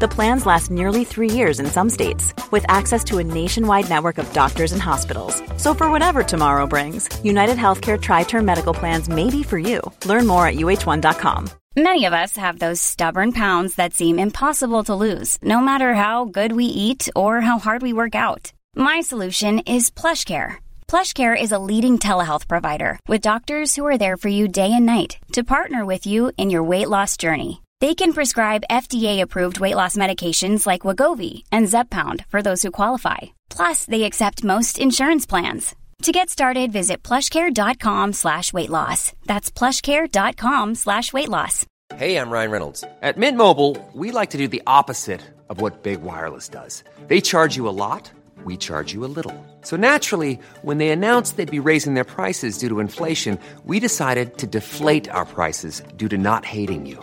The plans last nearly three years in some states, with access to a nationwide network of doctors and hospitals. So, for whatever tomorrow brings, United Healthcare Tri Term Medical Plans may be for you. Learn more at uh1.com. Many of us have those stubborn pounds that seem impossible to lose, no matter how good we eat or how hard we work out. My solution is PlushCare. PlushCare is a leading telehealth provider with doctors who are there for you day and night to partner with you in your weight loss journey. They can prescribe FDA-approved weight loss medications like Wagovi and Zepbound for those who qualify. Plus, they accept most insurance plans. To get started, visit plushcare.com slash weight loss. That's plushcare.com slash weight loss. Hey, I'm Ryan Reynolds. At Mint Mobile, we like to do the opposite of what Big Wireless does. They charge you a lot, we charge you a little. So naturally, when they announced they'd be raising their prices due to inflation, we decided to deflate our prices due to not hating you.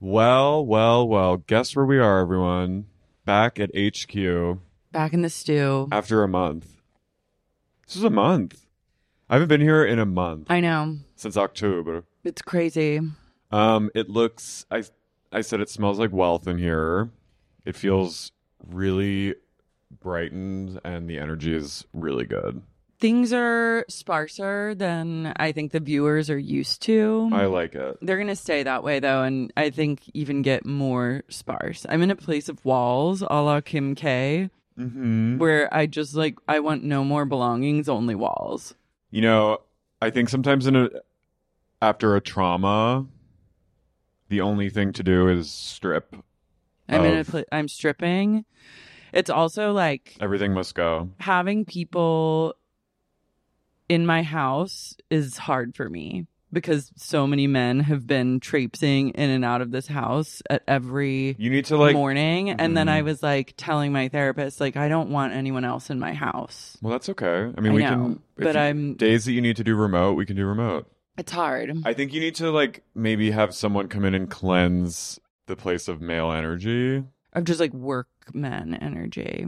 Well, well, well. Guess where we are, everyone? Back at HQ Back in the stew. after a month. This is a month. I haven't been here in a month I know. since October. It's crazy. Um, it looks. I I said it smells like wealth in here. It feels really brightened, and the energy is really good. Things are sparser than I think the viewers are used to. I like it. They're going to stay that way, though, and I think even get more sparse. I'm in a place of walls a la Kim K, Mm-hmm. where I just like, I want no more belongings, only walls. You know, I think sometimes in a after a trauma, the only thing to do is strip. I'm in a Of- pla- I'm stripping. It's also like Everything must go. having people in my house is hard for me because so many men have been traipsing in and out of this house at every You need to like. morning and then Mhm. i was like telling my therapist like i don't want anyone else in my house Well, that's okay. I mean, I we know, can. if but you- I'm- days that you need to do remote. We can do remote. it's hard I think you need to like maybe have someone come in and cleanse the place of male energy. of just like work men energy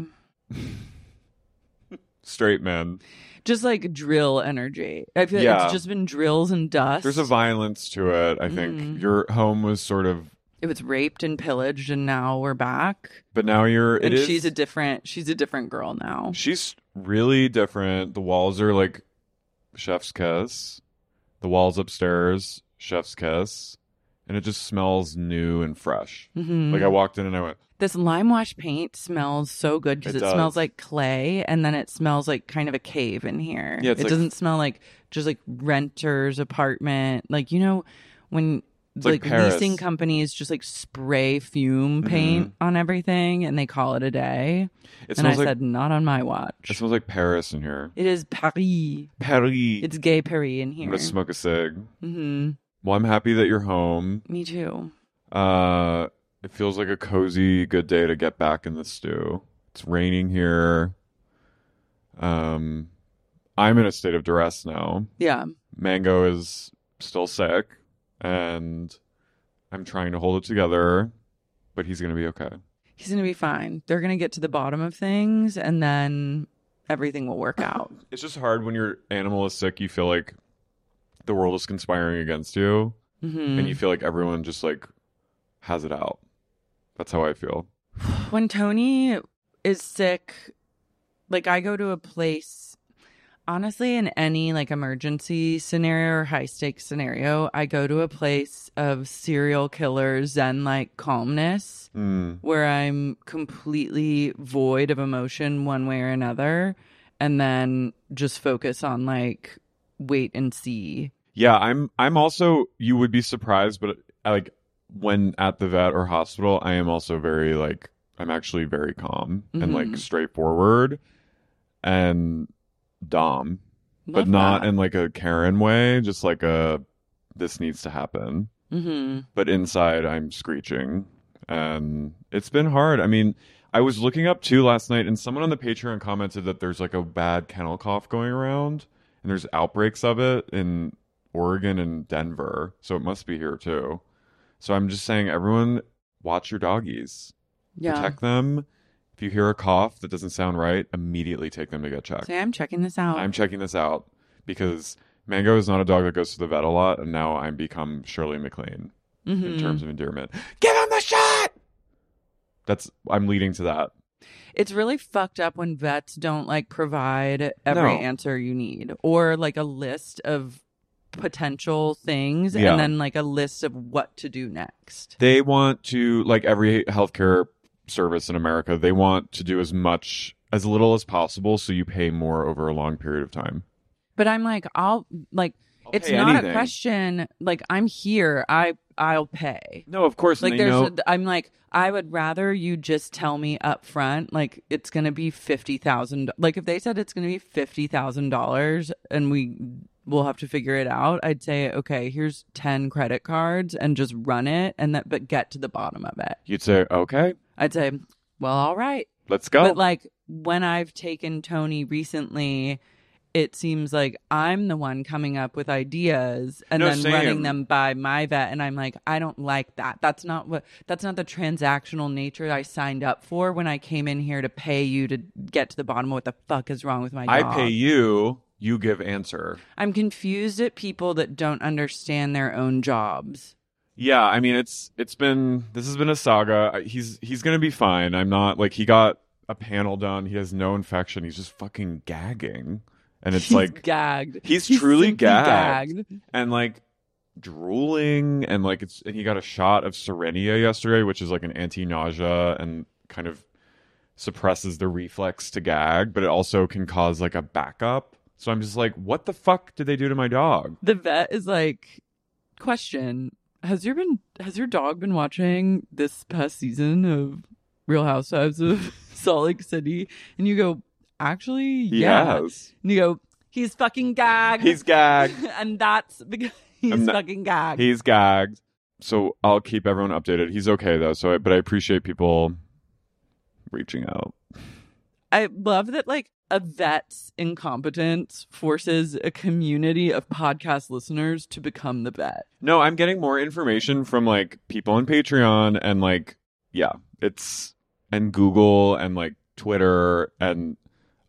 Straight men. just like drill energy i feel like Yeah. it's just been drills and dust There's a violence to it, I think. Mhm. Your home was sort of it was raped and pillaged and now we're back but now you're it and is- she's a different she's a different girl now she's really different. The walls are like chef's kiss. The walls upstairs, chef's kiss. And it just smells new and fresh. Mhm. Like I walked in and I went, This lime wash paint smells so good because It it, does. smells like clay and then it smells like kind of a cave in here. Yeah, it it's like- doesn't smell like just like renter's apartment. Like, you know, when It's like like, Paris. Mm-hmm. leasing companies just like spray fume paint on everything and they call it a day. It and I smells like said, not on my watch. it smells like Paris in here. It is Paris. Paris. It's gay Paris in I'm here. gonna smoke a cig. hmm Well, I'm happy that you're home. Me too. Uh, it feels like a cozy, good day to get back in the stew. It's raining here. Um, I'm in a state of duress now. Yeah. Mango is still sick, and I'm trying to hold it together, but he's gonna be okay. He's going to be fine. They're going to get to the bottom of things and then everything will work out. It's just hard when your animal is sick. You feel like the world is conspiring against you, hmm and you feel like everyone just like has it out. That's how I feel. when Tony is sick, like I go to a place. honestly in any like emergency scenario or high stakes scenario i go to a place of serial killer zen like calmness Mm. where i'm completely void of emotion one way or another and then just focus on like wait and see Yeah, I'm I'm also you would be surprised, but I, like when at the vet or hospital, I am also very like I'm actually very calm and Mhm. like straightforward and dom, but Love not that. in like a Karen way, just like a this needs to happen. Mhm. but inside I'm screeching. And it's been hard. I mean, I was looking up too last night, and someone on the Patreon commented that there's like a bad kennel cough going around, and there's outbreaks of it in Oregon and Denver. So it must be here too. So I'm just saying, everyone, watch your doggies, yeah protect them. If you hear a cough that doesn't sound right, immediately take them to get checked. say i'm checking this out I'm checking this out because Mango is not a dog that goes to the vet a lot, and now I'm become Shirley MacLaine in Mhm. terms of endearment. Give him the shot. That's I'm leading to that. It's really fucked up when vets don't like provide every No. answer you need or like a list of potential things Yeah. and then like a list of what to do next. They want to like every healthcare service in America. They want to do as much as little as possible, so you pay more over a long period of time. But I'm like I'll like I'll it's pay not a anything. question like I'm here I I'll pay. No, of course. Like they there's know- a, I'm like I would rather you just tell me up front like it's going to be 50,000 like if they said it's going to be $50,000 and we will have to figure it out I'd say okay here's 10 credit cards and just run it and that but get to the bottom of it. you'd say, okay, I'd say well all right let's go. but like when I've taken Tony recently, it seems like I'm the one coming up with ideas and No, then same. running them by my vet and I'm like, I don't like that. That's not what that's not the transactional nature I signed up for when I came in here to pay you to get to the bottom of what the fuck is wrong with my I dog. pay you. You give answer. I'm confused at people that don't understand their own jobs. Yeah, I mean it's it's been this has been a saga. I- He's he's gonna be fine. I'm not like he got a panel done. He has no infection. He's just fucking gagging, and it's He's like gagged. he's truly simply gagged. gagged. and like drooling and like it's and he got a shot of Serenia yesterday, which is like an anti-nausea and kind of suppresses the reflex to gag, but it also can cause like a backup. So I'm just like, what the fuck did they do to my dog? the vet is like question has your been has your dog been watching this past season of real housewives of salt lake city and you go actually yeah Yes. and you go he's fucking gagged He's gagged. and that's because he's I'm not- fucking gagged He's gagged. So Mm-hmm. I'll keep everyone updated. He's okay though. So, I, but I appreciate people reaching out. i love that like a vet's incompetence forces a community of podcast listeners to become the vet No, I'm getting more information from like people on Patreon and like yeah, it's and Google and like Twitter and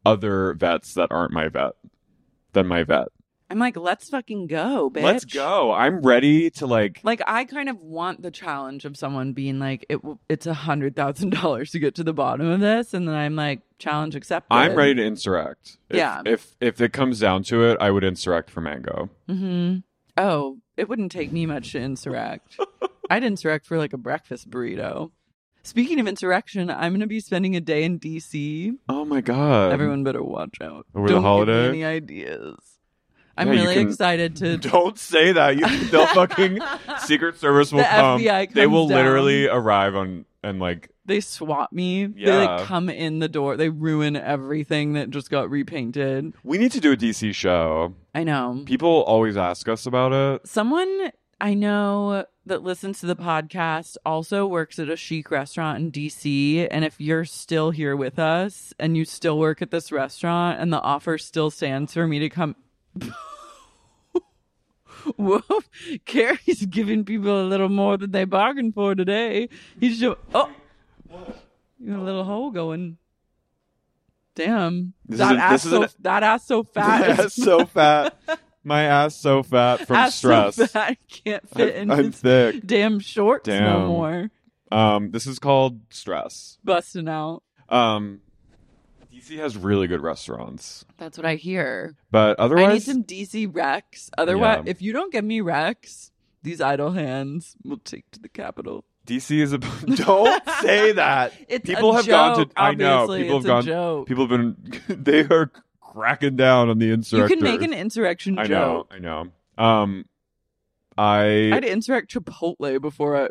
other vets that aren't my vet than my vet. i'm like let's fucking go bitch Let's go. I'm ready to like Like I kind of want the challenge of someone being like, it w- it's a hundred thousand dollars to get to the bottom of this, and then I'm like, challenge accepted. I'm ready to insurrect. If, Yeah. If if it comes down to it, I would insurrect for Mango. hmm Oh, it wouldn't take me much to insurrect. I'd insurrect for like a breakfast burrito. Speaking of insurrection, I'm going to be spending a day in D.C. Oh my god. Everyone better watch out. Over the Don't holiday? Give me any ideas? I'm Yeah, you really can- excited to. Don't say that. You, they'll fucking Secret Service will The come. FBI they comes will down. literally arrive on and like they swat me. They Yeah. like come in the door. They ruin everything that just got repainted. we need to do a DC show. I know. People always ask us about it. someone I know that listens to the podcast also works at a chic restaurant in DC. And if you're still here with us and you still work at this restaurant and the offer still stands for me to come. Whoop. Carrie's giving people a little more than they bargained for today. He's just, oh, you got a little hole going. Damn. This that, is a- ass this is so, an- that ass so My fat. ass is- so fat. My ass so fat from ass so stress. fat, I can't fit I'm, into I'm this thick. damn shorts no Damn. more. Um, this is called stress. Busting out. Um, DC DC has really good restaurants, That's what I hear. but I need otherwise, some DC Rex. Otherwise, Yeah. if you don't get me Rex, these idle hands will take to the Capitol. DC is a. Don't say that. It's a people have gone joke, to. I know obviously. people It's a have gone. joke. People have been. They are cracking down on the You insurrectors. can make an insurrection I know. joke. I know. Um, I. I'd insurrect Chipotle before I...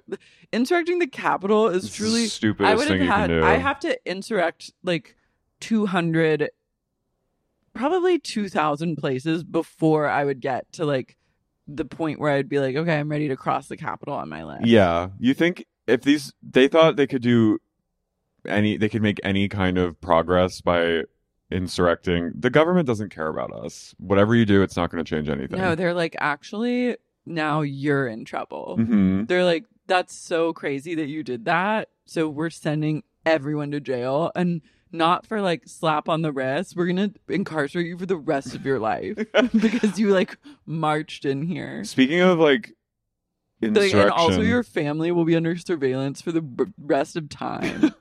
insurrecting the Capitol is It's the truly stupidest I would thing have you can had. do. I have to insurrect like two hundred, probably two thousand places before I would get to like the point where I'd be like, okay, I'm ready to cross the Capitol on my list. Yeah, you think if these they thought they could do any, they could make any kind of progress by insurrecting. The government doesn't care about us. Whatever you do, it's not going to change anything. No, they're like, actually, now you're in trouble. Mhm. They're like, that's so crazy that you did that. So we're sending everyone to jail and not for like slap on the wrist. We're going to incarcerate you for the rest of your life because you like marched in here. Speaking of like Like, insurrection, and also, your family will be under surveillance for the b- rest of time.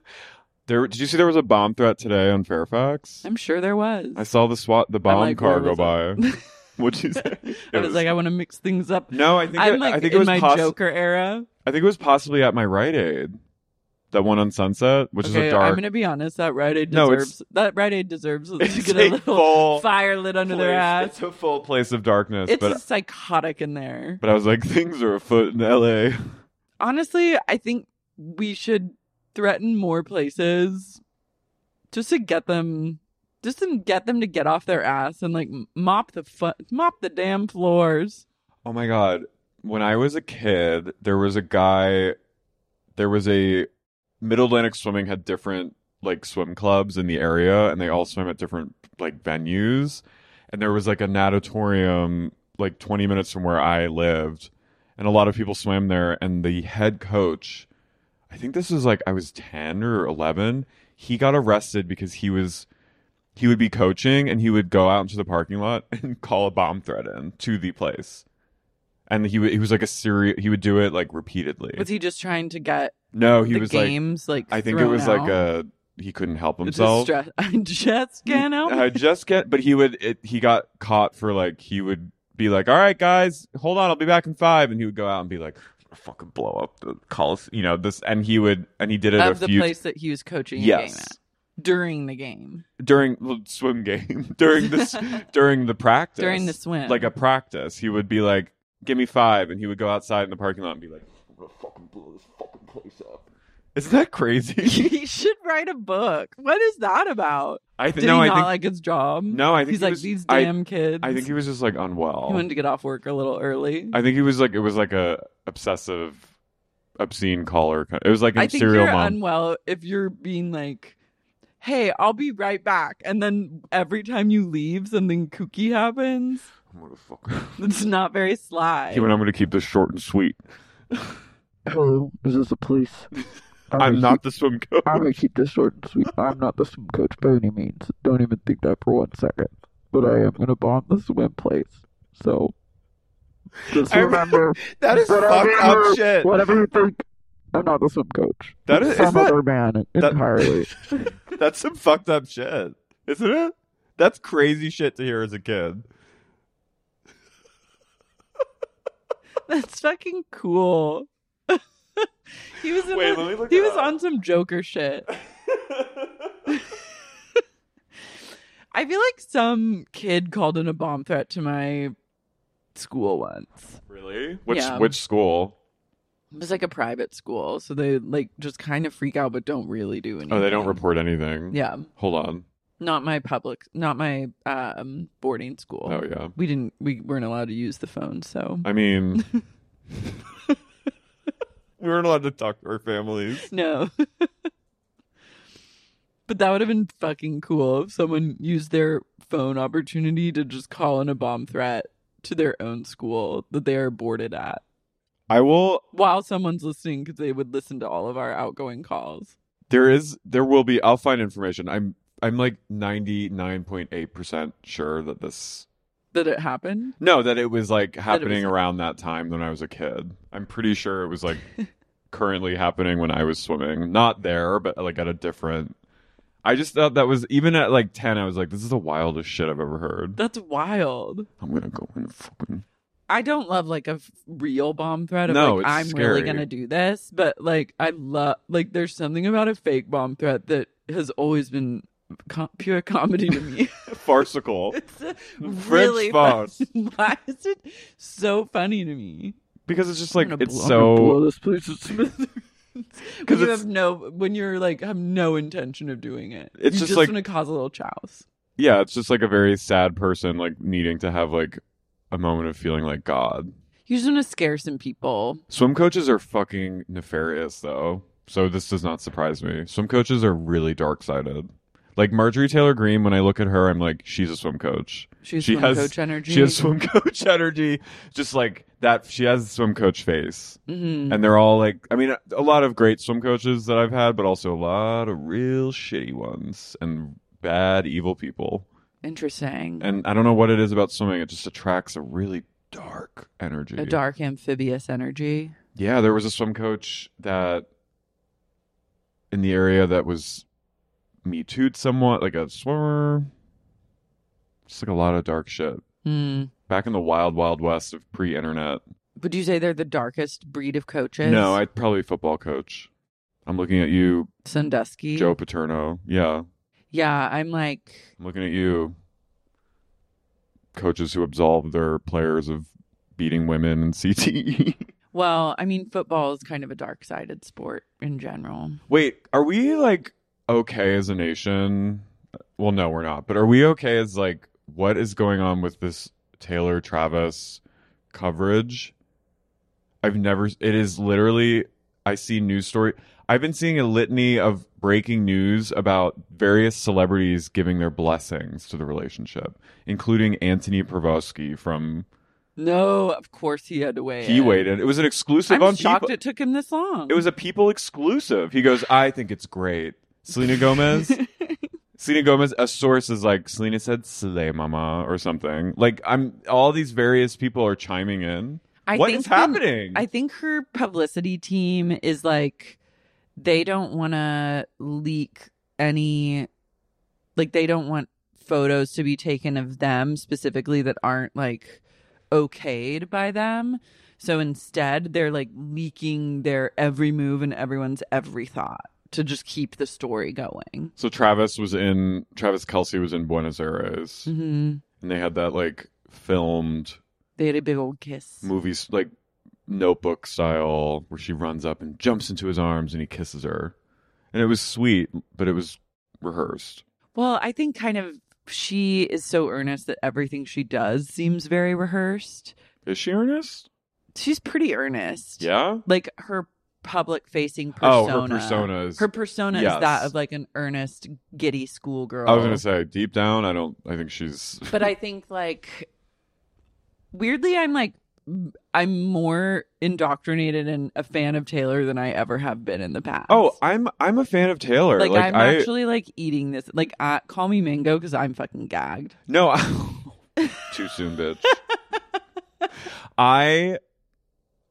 there did you see there was a bomb threat today on Fairfax? I'm sure there was. I saw the SWAT the I'm bomb like, car go where was I? by. What'd you say? I It was, like, I want to mix things up. no, I think I'm it, like I think in it was my possi- Joker era. I think it was possibly at my Rite Aid, that one on Sunset, which okay, is a dark. I'm gonna be honest. That Rite Aid No, it's- deserves that Rite Aid deserves to It's get a a little full fire lit under their place- ass. It's a full place of darkness, It's but a psychotic in there. But I was like, things are afoot in LA. Honestly, I think we should threaten more places just to get them, just to get them to get off their ass and like mop the fu- mop the damn floors. Oh my God. When I was a kid, there was a guy, there was a Middle Atlantic Swimming had different like swim clubs in the area and they all swim at different like venues. And there was like a natatorium like 20 minutes from where I lived. And a lot of people swam there. And the head coach, I think this was like I was 10 or 11, he got arrested because he was. he would be coaching and he would go out into the parking lot and call a bomb threat in to the place. And he, w- he was like a serious, he would do it like repeatedly. Was he just trying to get no, he the was games like? like, I think it thrown was out? like a, he couldn't help It's a himself. stress- I just can't help. I it. just get, but he would, it, he got caught for like, he would be like, all right, guys, hold on, I'll be back in five. And he would go out and be like, fucking blow up the calls, you know, this, and he would, and he did it of a the few place that he was coaching. a game Yes. at. during the game. during the swim game during this during the practice During the swim. like a practice he would be like give me five and he would go outside in the parking lot and be like i'm gonna fucking blow this fucking place up isn't that crazy he should write a book. What is that about? i Did think no he i not think like his job? no i think he's he like was- these I- damn kids. i think he was just like unwell he wanted to get off work a little early. i think he was like it was like a obsessive obscene caller kind- it was like I a think serial you're mom unwell if you're being like, "Hey, I'll be right back," and then every time you leave, something kooky happens. I'm gonna fucking- It's not very sly. he went i'm gonna keep this short and sweet Hello, this is the police. i'm a not the swim coach I'm gonna keep this short and sweet. I'm not the swim coach by any means. Don't even think that for one second. But I am gonna bomb the swim place. So just I remember that is whatever fucked up you- shit Whatever you think, I'm not the swim coach. That It's is- some is that- other man that- entirely. That's some fucked up shit, isn't it? That's crazy shit to hear as a kid. That's fucking cool. he was in Wait, a- let me look he it was up. on some Joker shit. I feel like some kid called in a bomb threat to my school once. Really? Which Yeah. which school? It was like a private school, so they like just kind of freak out but don't really do anything. Oh, they don't report anything. Yeah. Hold on. Not my public not my um boarding school. Oh yeah. We didn't we weren't allowed to use the phone, so I mean, we weren't allowed to talk to our families. no. but that would have been fucking cool if someone used their phone opportunity to just call in a bomb threat to their own school that they are boarded at. I will. While someone's listening, because they would listen to all of our outgoing calls. There is. There will be. I'll find information. I'm. I'm like ninety nine point eight percent sure that this. That it happened. No, that it was like was- happening around that time when I was a kid. I'm pretty sure it was like currently happening when I was swimming. Not there, but like at a different. I just thought that was even at like ten. I was like, this is the wildest shit I've ever heard. That's wild. I'm gonna go in. Fucking... I don't love like a f- real bomb threat of No, like it's I'm scary. really gonna do this, but like I love like there's something about a fake bomb threat that has always been com- pure comedy to me. Farcical. it's uh, French really fun- farce. Why is it so funny to me? because it's just like I'm gonna it's I'm gonna blow so this place to smithereens. Because you it's- have no when you're like have no intention of doing it. It's you just, like- gonna cause a little chouse. yeah. It's just like a very sad person like needing to have like a moment of feeling like God. You just wanna scare some people. Swim coaches are fucking nefarious though, so this does not surprise me. Swim coaches are really dark sided. Like Marjorie Taylor Greene, when I look at her, I'm like, she's a swim coach. She's she swim has coach energy. She has swim coach energy. Just like that, she has swim coach face. Mhm. And they're all like, I mean, a lot of great swim coaches that I've had, but also a lot of real shitty ones and bad, evil people. Interesting. And I don't know what it is about swimming; it just attracts a really dark energy. a dark amphibious energy. Yeah, there was a swim coach that in the area that was me too'd somewhat, like a swimmer. Just like a lot of dark shit. Hmm. Back in the wild, wild west of pre internet. Would you say they're the darkest breed of coaches? No, I'd probably football coach. I'm looking at you, Sandusky. Joe Paterno. Yeah. Yeah, I'm like I'm looking at you. Coaches who absolve their players of beating women and CTE. well, I mean football is kind of a dark sided sport in general. Wait, are we like okay as a nation? Well, no, we're not. But are we okay as like what is going on with this Taylor Travis coverage? I've never it is literally I see news story I've been seeing a litany of breaking news about various celebrities giving their blessings to the relationship, including Anthony Provoski from No, of course he had to wait. He Waited. It was an exclusive I'm on shocked People. it took him this long. It was a people exclusive. He goes, I think it's great. Selena Gomez. Selena Gomez, a source is like, Selena said Slay Mama or something. Like, I'm all these various people are chiming in. I What think is the- happening? I think her publicity team is like they don't want to leak any like they don't want photos to be taken of them specifically that aren't like okayed by them. So instead, they're like leaking their every move and everyone's every thought to just keep the story going. So Travis was in Travis Kelsey was in Buenos Aires hmm and they had that like filmed They had a big old kiss. movies like notebook style where she runs up and jumps into his arms and he kisses her. And it was sweet, but it was rehearsed. Well, I think kind of she is so earnest that everything she does seems very rehearsed. Is she earnest? She's pretty earnest. Yeah. Like her public facing Oh, persona. her persona is- Her persona Yes. is that of like an earnest, giddy schoolgirl. I was gonna say deep down, I don't. I think she's. But I think like weirdly I'm like I'm more indoctrinated and a fan of Taylor than I ever have been in the past. Oh, I'm I'm a fan of Taylor. like, Like, I'm I- actually like eating this. Like, I, call me Mango because I'm fucking gagged. no. too soon, bitch. I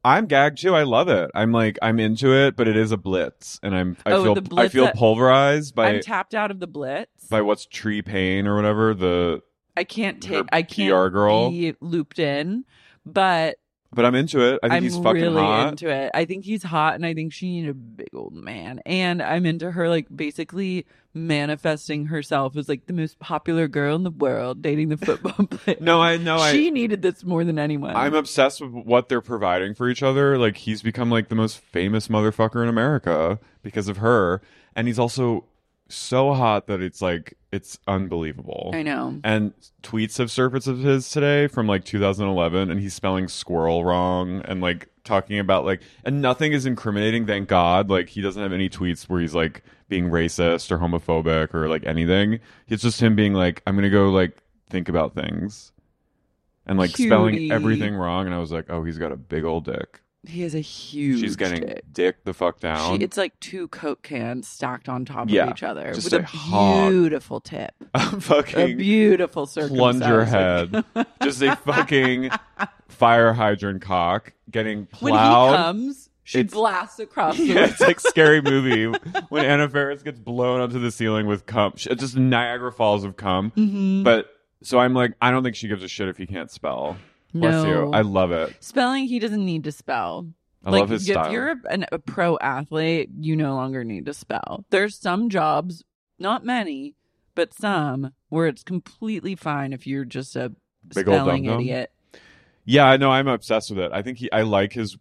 I'm gagged too. I love it. I'm like I'm into it, but it is a blitz, and I'm I Oh, feel the I blitz feel that- pulverized by I'm tapped out of the blitz. by what's tree pain or whatever. The I can't her take. I can't PR girl. be looped in, but but I'm into it. I think I'm he's fucking really hot. into it. I think he's hot, and I think she needs a big old man. And I'm into her like basically manifesting herself as like the most popular girl in the world, dating the football player. no, I no I. she needed this more than anyone. I'm obsessed with what they're providing for each other. Like he's become like the most famous motherfucker in America because of her, and he's also so hot that it's like it's unbelievable. I know. And tweets have surfaced of his today from like 2011, and he's spelling squirrel wrong and like talking about like, and nothing is incriminating, thank God. Like, he doesn't have any tweets where he's like being racist or homophobic or like anything. It's just him being like, I'm gonna go like think about things and like spelling Cutie. everything wrong. And I was like, oh, he's got a big old dick. He has a huge. She's getting dick. dick. the fuck She, down. it's like two coke cans stacked on top Yeah, of each other just with a a hog. beautiful tip, I'm a fucking beautiful circumcised plunger head, just a fucking fire hydrant cock getting When plowed. he comes, She It's- blasts across the Yeah, it's like scary movie when Anna Faris gets blown up to the ceiling with cum. She- It's just Niagara Falls of cum. Mm-hmm. But so I'm like, I don't think she gives a shit if he can't spell. Bless No. you. I love it. Spelling, he doesn't need to spell. I like, love his if style. you're a, an, a pro athlete, you no longer need to spell. There's some jobs, not many, but some where it's completely fine if you're just a Big old spelling dum-dum. idiot. Yeah, I know. I'm obsessed with it. I think he. I like his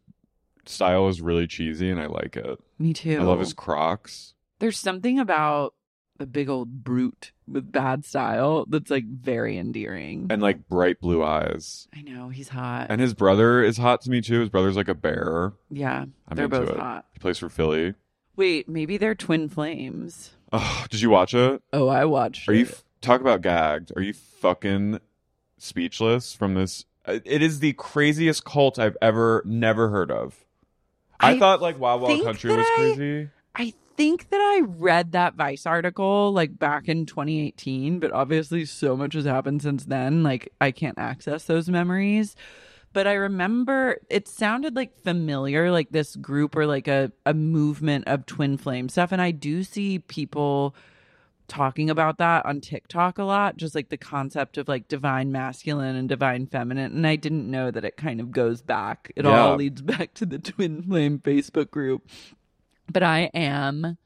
style is really cheesy, and I like it. Me too. I love his Crocs. There's something about the big old brute with bad style that's like very endearing. and like bright blue eyes. I know he's hot. And his brother is hot to me too. His brother's like a bear. yeah, I'm they're into both it. hot. He plays for Philly. Wait, maybe they're twin flames. Oh, did you watch it? Oh, I watched. Are you it. f- talk about gagged? Are you fucking speechless from this? I- It is the craziest cult I've ever never heard of. I, I thought like Wild Wild think Country that was I- crazy. I think that I read that Vice article like back in 2018, but obviously so much has happened since then. Like I can't access those memories. But I remember it sounded like familiar, like this group or like a, a movement of twin flame stuff. And I do see people talking about that on TikTok a lot, just like the concept of like divine masculine and divine feminine. And I didn't know that it kind of goes back. It Yeah. all leads back to the twin flame Facebook group but I am.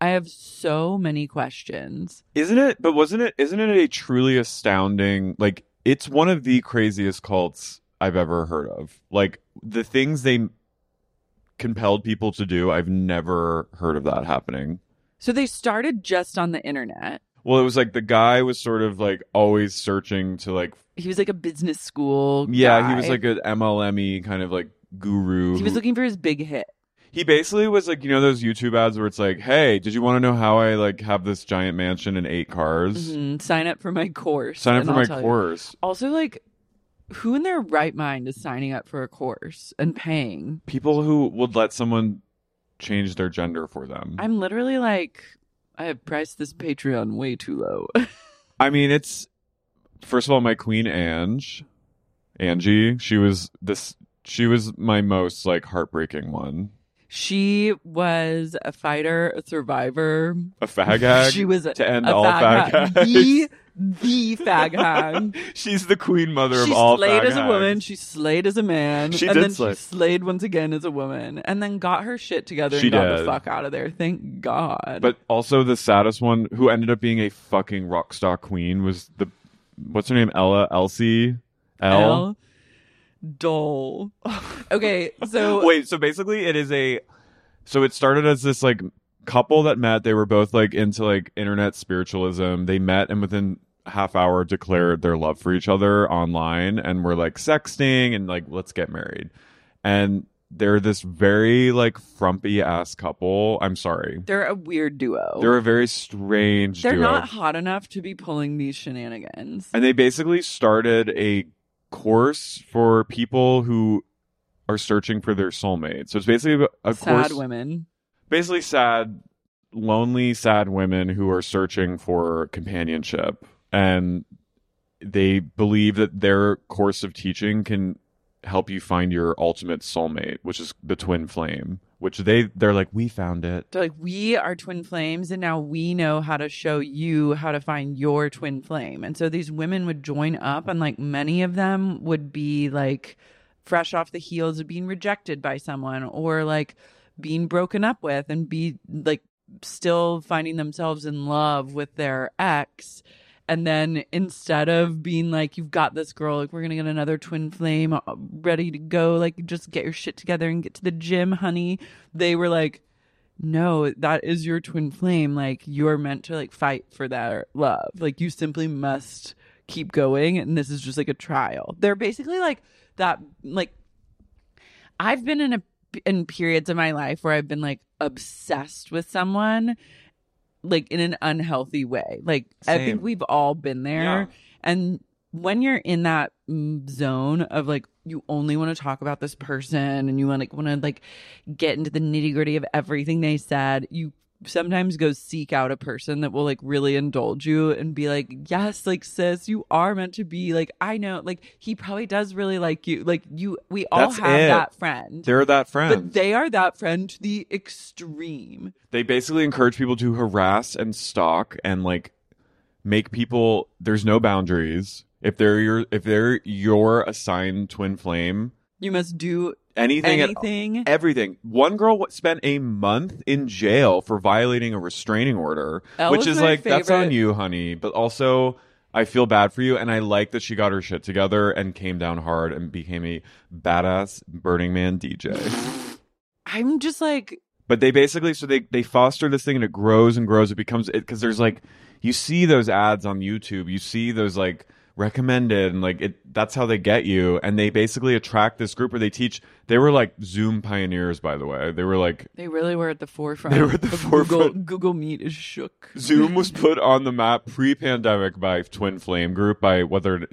I have so many questions. Isn't it? But wasn't it? Isn't it a truly astounding? Like it's one of the craziest cults I've ever heard of. Like the things they compelled people to do, I've never heard of that happening. So they started just on the internet. Well, it was like the guy was sort of like always searching to like He was like a business school. yeah, he guy. was like an MLME kind of like guru. he was who- looking for his big hit. He basically was like, you know, those YouTube ads where it's like, hey, did you want to know how I like have this giant mansion and eight cars? Mhm. Sign up for my course. Sign up and for I'll my tell you. course. Also, like, who in their right mind is signing up for a course and paying? People who would let someone change their gender for them. I'm literally like, I have priced this Patreon way too low. I mean, it's first of all, my queen Ange, Angie. She was this. She was my most like heartbreaking one. she was a fighter, a survivor, A fag hag. She was a, to end a all fag hag. hags. The, the fag hag. She's the queen mother she of all. slayed fag as a woman. hags. She slayed as a man. She and did then slay. she slayed once again as a woman. And then got her shit together She and got did. the fuck out of there. Thank God. But also the saddest one, who ended up being a fucking rock star queen, was the what's her name? Ella Elsie L. L. Dole. Okay, so Wait, so basically it is a. So it started as this like couple that met. They were both like into like internet spiritualism. They met and within a half hour declared their love for each other online and were like sexting and like let's get married. And they're this very like frumpy ass couple. I'm sorry. they're a weird duo. They're a very strange Oh. They're duo. not hot enough to be pulling these shenanigans. And they basically started a course for people who are searching for their soulmate. So it's basically a Sad course, women. basically sad, lonely, sad women who are searching for companionship, and they believe that their course of teaching can help you find your ultimate soulmate, which is the twin flame. Which they they're like, we found it. They're like, we are twin flames, and now we know how to show you how to find your twin flame. And so these women would join up, and like many of them would be like fresh off the heels of being rejected by someone or like being broken up with and be like still finding themselves in love with their ex. And then instead of being like, you've got this girl, like, we're going to get another twin flame uh, ready to go, like, just get your shit together and get to the gym, honey. They were like, no, that is your twin flame. Like you're meant to like fight for that love. Like you simply must keep going and this is just like a trial. They're basically like that like I've been in a in periods of my life where I've been like obsessed with someone like in an unhealthy way. Like I Same. think we've all been there. Yeah. And when you're in that mm, zone of like you only want to talk about this person and you want like want to like get into the nitty gritty of everything they said, you sometimes go seek out a person that will like really indulge you and be like, yes, like sis, you are meant to be. Like I know, like he probably does really like you. Like you, we all That's have it. that friend. They're that friend. But they are that friend to the extreme. they basically encourage people to harass and stalk and like make people there's no boundaries if they're your if they're your assigned twin flame You must do anything at- anything. everything one girl w- spent a month in jail for violating a restraining order That which was is my like that's on favorite. you honey but also i feel bad for you and i like that she got her shit together and came down hard and became a badass burning man dj I'm just like, but they basically so they they foster this thing and it grows and grows it becomes it because there's like you see those ads on youtube you see those like recommended and like it that's how they get you and they basically attract this group where they teach they were like zoom pioneers by the way they were like they really were at the forefront. They were at the of Google, forefront. Google Meet is shook. zoom was put on the map pre-pandemic by twin flame group by whether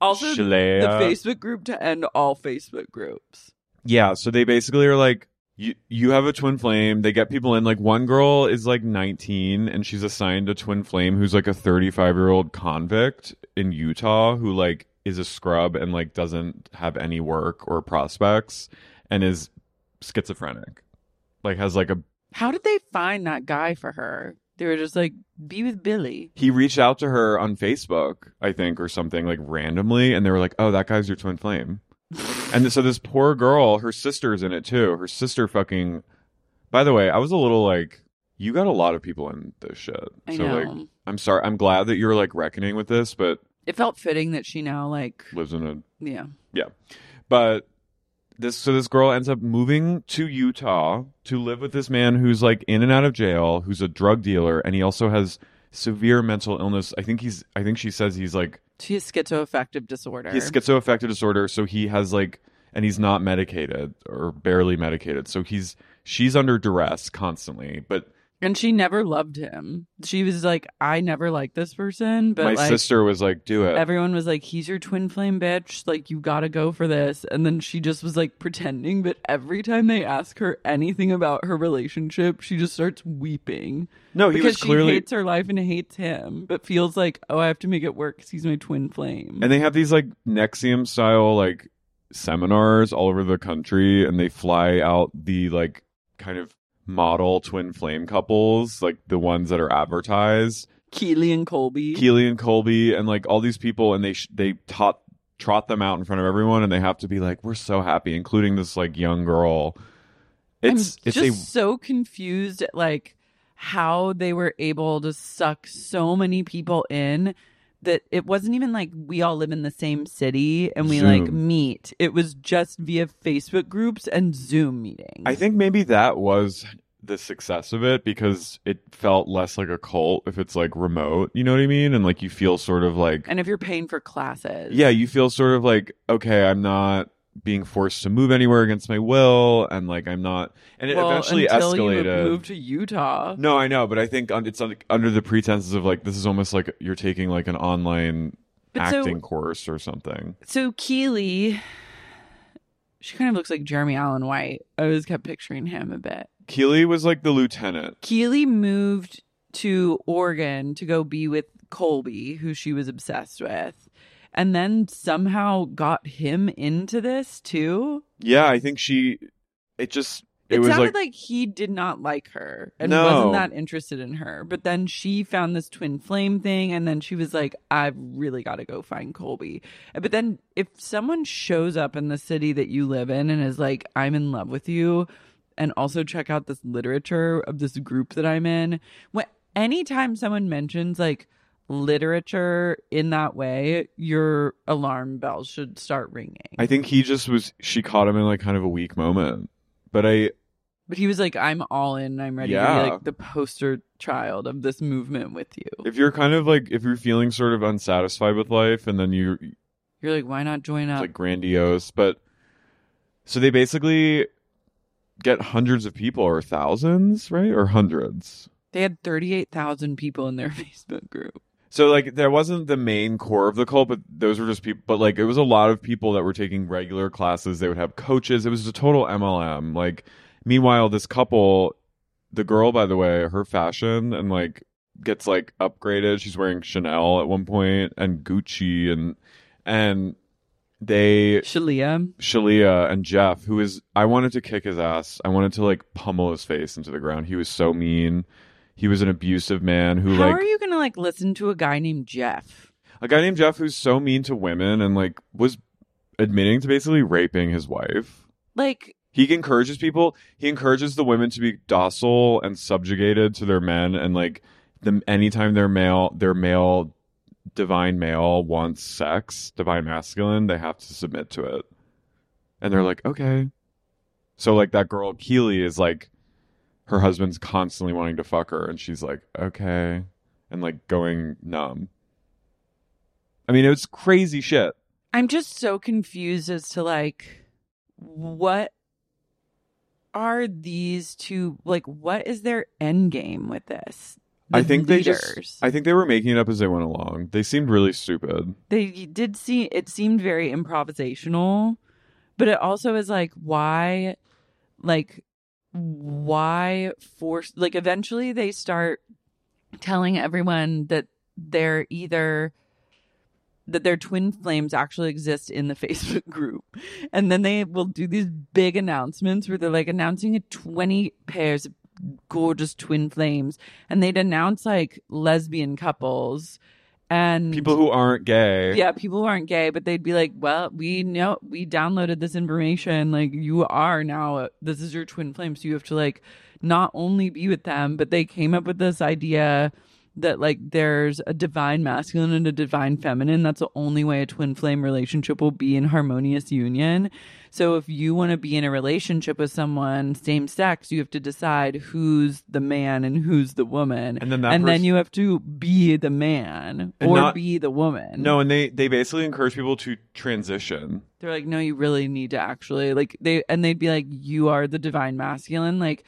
Also, Shalea. the Facebook group to end all Facebook groups. Yeah, so they basically are like you you have a twin flame. They get people in like one girl is like 19 and she's assigned a twin flame who's like a 35-year-old convict in Utah who like is a scrub and like doesn't have any work or prospects and is schizophrenic. Like has like a How did they find that guy for her? They were just like, be with Billy. he reached out to her on Facebook, I think, or something like randomly, and they were like, "Oh, that guy's your twin flame." and so this poor girl, her sister's in it too. Her sister fucking. By the way, I was a little like, you got a lot of people in this shit. I so like, know. I'm sorry. I'm glad that you're like reckoning with this, but It felt fitting that she now, like, lives in a yeah. yeah. But this so this girl ends up moving to Utah to live with this man who's like in and out of jail, who's a drug dealer, and he also has severe mental illness. I think he's I think she says he's like She has schizoaffective disorder. he has schizoaffective disorder, so he has like and he's not medicated or barely medicated. So he's she's under duress constantly. But and she never loved him. She was like, I never liked this person, but my like, sister was like, Do it. everyone was like, he's your twin flame bitch. Like, you gotta go for this. And then she just was like pretending, but every time they ask her anything about her relationship, she just starts weeping. no, Oh, he because was clearly she hates her life and hates him, but feels like, oh, I have to make it work because he's my twin flame. And they have these like Nexium style like seminars all over the country and they fly out the like kind of model twin flame couples, like the ones that are advertised. Keely and Colby. Keely and Colby and like all these people and they sh- they taught trot them out in front of everyone and they have to be like we're so happy including this like young girl. It's I'm it's just a so confused at like how they were able to suck so many people in that it wasn't even like we all live in the same city and we like Zoom. meet. It was just via Facebook groups and Zoom meetings. I think maybe that was the success of it because it felt less like a cult if it's like remote, you know what I mean? And like you feel sort of like and if you're paying for classes. yeah, you feel sort of like, okay, I'm not being forced to move anywhere against my will, and like I'm not, and it well, eventually until escalated. You moved to Utah. no, I know, but I think un- it's un- under the pretenses of like this is almost like you're taking like an online But so- acting course or something. So Keely, she kind of looks like Jeremy Allen White. I always kept picturing him a bit. Keely was like the lieutenant. Keely moved to Oregon to go be with Colby, who she was obsessed with, and then somehow got him into this too. Yeah, I think she. It just it, It, was like, sounded like, he did not like her and No. wasn't that interested in her. But then she found this twin flame thing, and then she was like, I've really got to go find Colby. But then if someone shows up in the city that you live in and is like, I'm in love with you, and also check out this literature of this group that I'm in, when anytime someone mentions like, literature in that way your alarm bell should start ringing I think he just was. She caught him in like kind of a weak moment, but I But he was like, I'm all in. and I'm ready to Yeah. be like the poster child of this movement with you. if you're kind of like if you're feeling sort of unsatisfied with life, and then you You're like, why not join It's, up? like grandiose. But so they basically get hundreds of people or thousands, right? Or hundreds. they had 38,000 people in their Facebook group. So like there wasn't the main core of the cult, but those were just people. But like it was a lot of people that were taking regular classes. They would have coaches. It was a total MLM. Like meanwhile, this couple, the girl, by the way, her fashion and like gets like upgraded. She's wearing Chanel at one point and Gucci and and they Shalia. Shalia and Jeff, who is I wanted to kick his ass. I wanted to like pummel his face into the ground. He was so mean. He was an abusive man who How like are you gonna like listen to a guy named Jeff? a guy named Jeff who's so mean to women and like was admitting to basically raping his wife. Like He encourages people. He encourages the women to be docile and subjugated to their men, and like the anytime their male, their male, divine male wants sex, divine masculine, they have to submit to it. And they're like, okay. So like that girl Keely is like, her husband's constantly wanting to fuck her, and she's like, okay, and like going numb. I mean, it's crazy shit. I'm just so confused as to like what are these two like what is their end game with this? I The think they leaders. just, I think they were making it up as they went along. They seemed really stupid. they did see it seemed very improvisational but it also is like why like why force like eventually they start telling everyone that they're either that their twin flames actually exist in the Facebook group. And then they will do these big announcements where they're like announcing 20 pairs of gorgeous twin flames. And they'd announce like lesbian couples and people who aren't gay. yeah, people who aren't gay, but they'd be like, "Well, we know we downloaded this information. Like, you are now this is your twin flame, so you have to like not only be with them, but they came up with this idea that like there's a divine masculine and a divine feminine. That's the only way a twin flame relationship will be in harmonious union. So if you want to be in a relationship with someone same sex, you have to decide who's the man and who's the woman, And then that and then pers- you have to be the man And or not- be the woman. No, and they they basically encourage people to transition. They're like, no, you really need to actually like they and they'd be like, you are the divine masculine. Like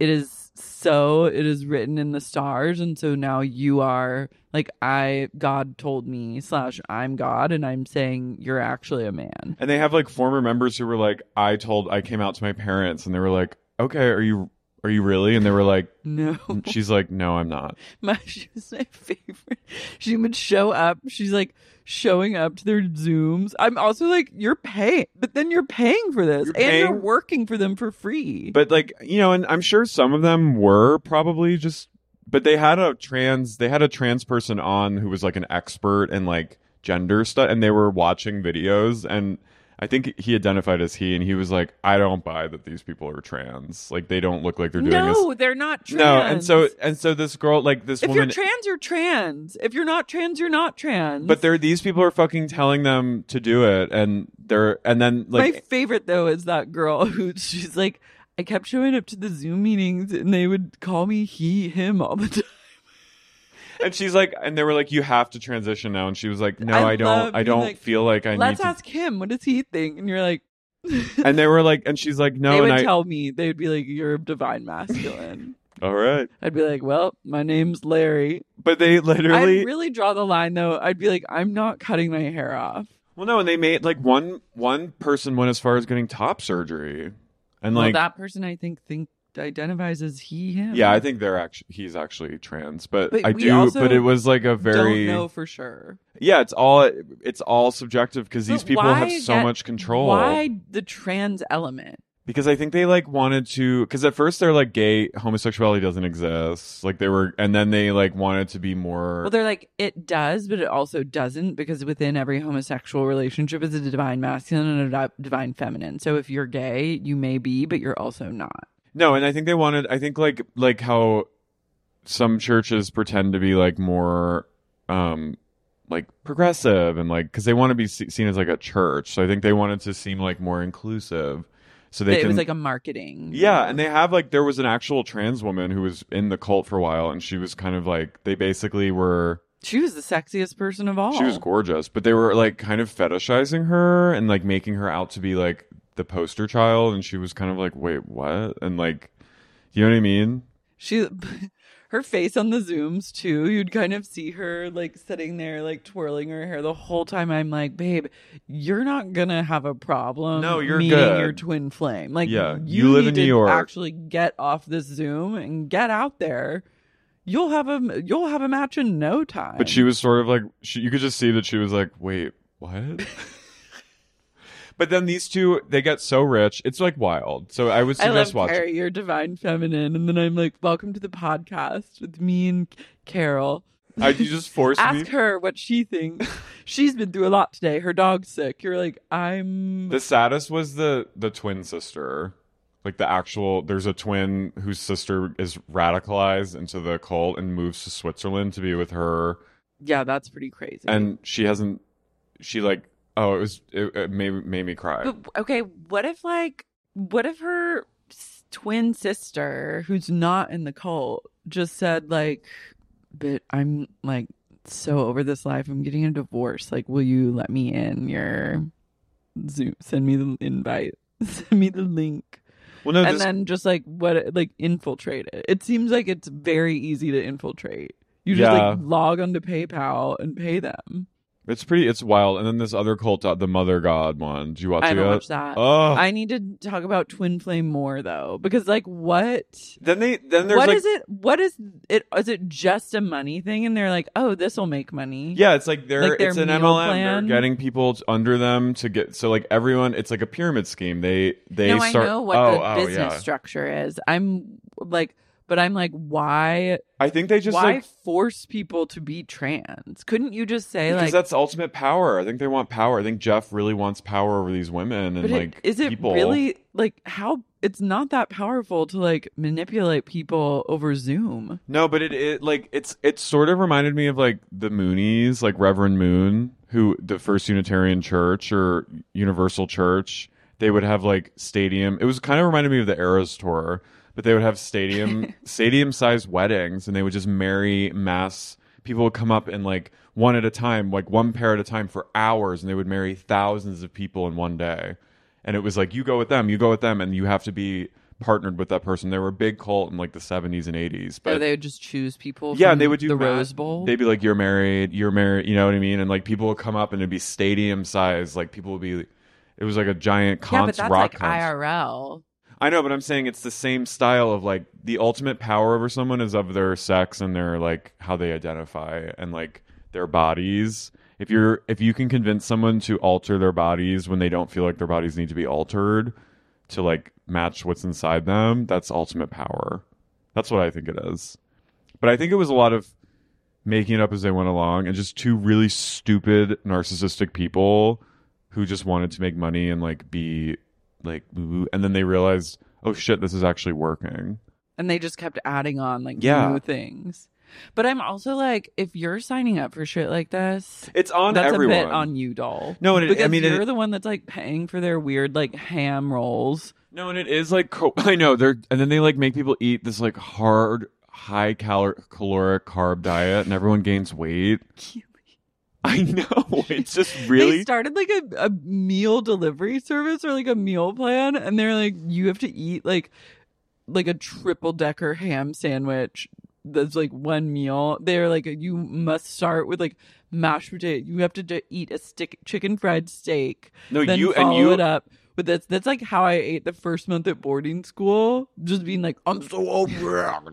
it is so it is written in the stars, and so now you are like I God told me slash I'm God, and I'm saying you're actually a man. And they have like former members who were like, "I told I came out to my parents," and they were like, "Okay, are you are you really?" And they were like, No, "She's like, no, I'm not." my she was my favorite. She would show up. She's like showing up to their zooms. I'm also like, you're paying, but then you're paying for this, You're and you're paying- working for them for free. But like you know, and I'm sure some of them were probably just, but they had a trans they had a trans person on who was like an expert in like gender stuff, and they were watching videos and. I think he identified as he, and he was like, "I don't buy that these people are trans. Like, they don't look like they're doing this." no, they're not trans. No, and so and so this girl, like this If woman, you're trans, you're trans. If you're not trans, you're not trans. but there these people are fucking telling them to do it, and they're and then like my favorite though is that girl who she's like, I kept showing up to the Zoom meetings and they would call me he, him all the time. and she's like and they were like you have to transition now, and she was like no I, love don't I being don't like, feel like I need Let's to ask him. What does he think? And you're like, and they were like and she's like no they and would I tell me. They'd be like, you're divine masculine. all right I'd be like, well, my name's Larry. but they literally I'd really draw the line though. I'd be like, I'm not cutting my hair off. well no and they made like one one person went as far as getting top surgery and like well, that person I think think identifies as he, him. yeah I think they're actually he's actually trans but, But I we do also but it was like a very don't know for sure. Yeah, it's all it's all subjective because these But people have why so that- much control. Why the trans element? Because I think they like wanted to because at first they're like gay homosexuality doesn't exist. Like they were and then they like wanted to be more Well, they're like it does, but it also doesn't because within every homosexual relationship is a divine masculine and a di- divine feminine. So if you're gay, you may be, but you're also not. No, and I think they wanted I think like like how some churches pretend to be like more um like progressive and like because they want to be se- seen as like a church. So I think they wanted to seem like more inclusive. So they it can was like a marketing. Yeah, and they have like there was an actual trans woman who was in the cult for a while, and she was kind of like they basically were. she was the sexiest person of all. She was gorgeous, but they were like kind of fetishizing her and like making her out to be like the poster child, and she was kind of like, wait, what? And like, you know what I mean? she her face on the zooms too you'd kind of see her like sitting there like twirling her hair the whole time i'm like babe you're not gonna have a problem No, you're meeting good. your twin flame like Yeah, you live need in to New York. actually get off this zoom and get out there you'll have a you'll have a match in no time But she was sort of like, she, you could just see that she was like, wait, what? but then these two, they get so rich. It's like wild. So I would I suggest love watching. Carrie, your divine feminine, and then I'm like, "Welcome to the podcast with me and Carol." I, you just forced me. Ask her what she thinks. She's been through a lot today. Her dog's sick. You're like, I'm. The saddest was the the twin sister. Like the actual there's a twin whose sister is radicalized into the cult and moves to Switzerland to be with her yeah, that's pretty crazy. and she hasn't she like oh it was it, it made, made me cry. but okay, what if like, what if her s- twin sister, who's not in the cult, just said like, "But I'm like so over this life. I'm getting a divorce. Like, will you let me in your Zoom? Send me the invite. Send me the link." well no and this, then just like what like infiltrate it. It seems like it's very easy to infiltrate. You just like Yeah. log onto PayPal and pay them. it's pretty it's wild and then this other cult uh, the mother god one. Do you watch it I haven't yet? watched that. Oh. I need to talk about Twin Flame more though, because like what? then they then What is there's like it? What is it? Is it just a money thing? And they're like, oh, this will make money. Yeah, it's like they're Like their it's an meal MLM. plan? They're getting people t- under them to get so like everyone. It's like a pyramid scheme. They they no, start. I know what oh, the oh, business yeah. structure is. I'm like, but I'm like, why? I think they just why like force people to be trans? Couldn't you just say because like? that's ultimate power. I think they want power. I think Jeff really wants power over these women and But like it, is it people. really like how it's not that powerful to like manipulate people over Zoom? No, but it, it like it's it sort of reminded me of like the Moonies, like Reverend Moon, who the first Unitarian Church or Universal Church. They would have like stadium. It was kind of reminded me of the Eras tour, but they would have stadium stadium sized weddings, and they would just marry mass. People would come up and like one at a time, like one pair at a time for hours, and they would marry thousands of people in one day. And it was like you go with them, you go with them, and you have to be partnered with that person. They were a big cult in like the 70s and 80s, but Or Oh, they would just choose people. yeah, from and they would do the ma- Rose Bowl. They'd be like, "You're married, you're married," you know what I mean? And like people would come up and it'd be stadium size. Like people would be, it was like a giant yeah, but cons- that's rock like concert. IRL. I know, but I'm saying it's the same style of like the ultimate power over someone is of their sex and their like how they identify and like their bodies. If you're if you can convince someone to alter their bodies when they don't feel like their bodies need to be altered to like match what's inside them, that's ultimate power. That's what I think it is. But I think it was a lot of making it up as they went along and just two really stupid narcissistic people who just wanted to make money and like be like woo-woo. and then they realized oh shit this is actually working and they just kept adding on like Yeah. new things. But I'm also like, if you're signing up for shit like this, it's on that's everyone a bit on you, doll. No, and it- I because mean, it- you're the one that's like paying for their weird like ham rolls. no and it is like co- i know they're and then they like make people eat this like hard high calor- caloric carb diet and everyone gains weight i know it's just They really started like a, a meal delivery service or like a meal plan, and they're like, you have to eat like like a triple decker ham sandwich. That's like one meal. They're like, you must start with like mashed potato. You have to d- eat a stick chicken fried steak. No, then you- and follow you- it up. But that's that's like how I ate the first month at boarding school, just being like, I'm so Oh, over. it.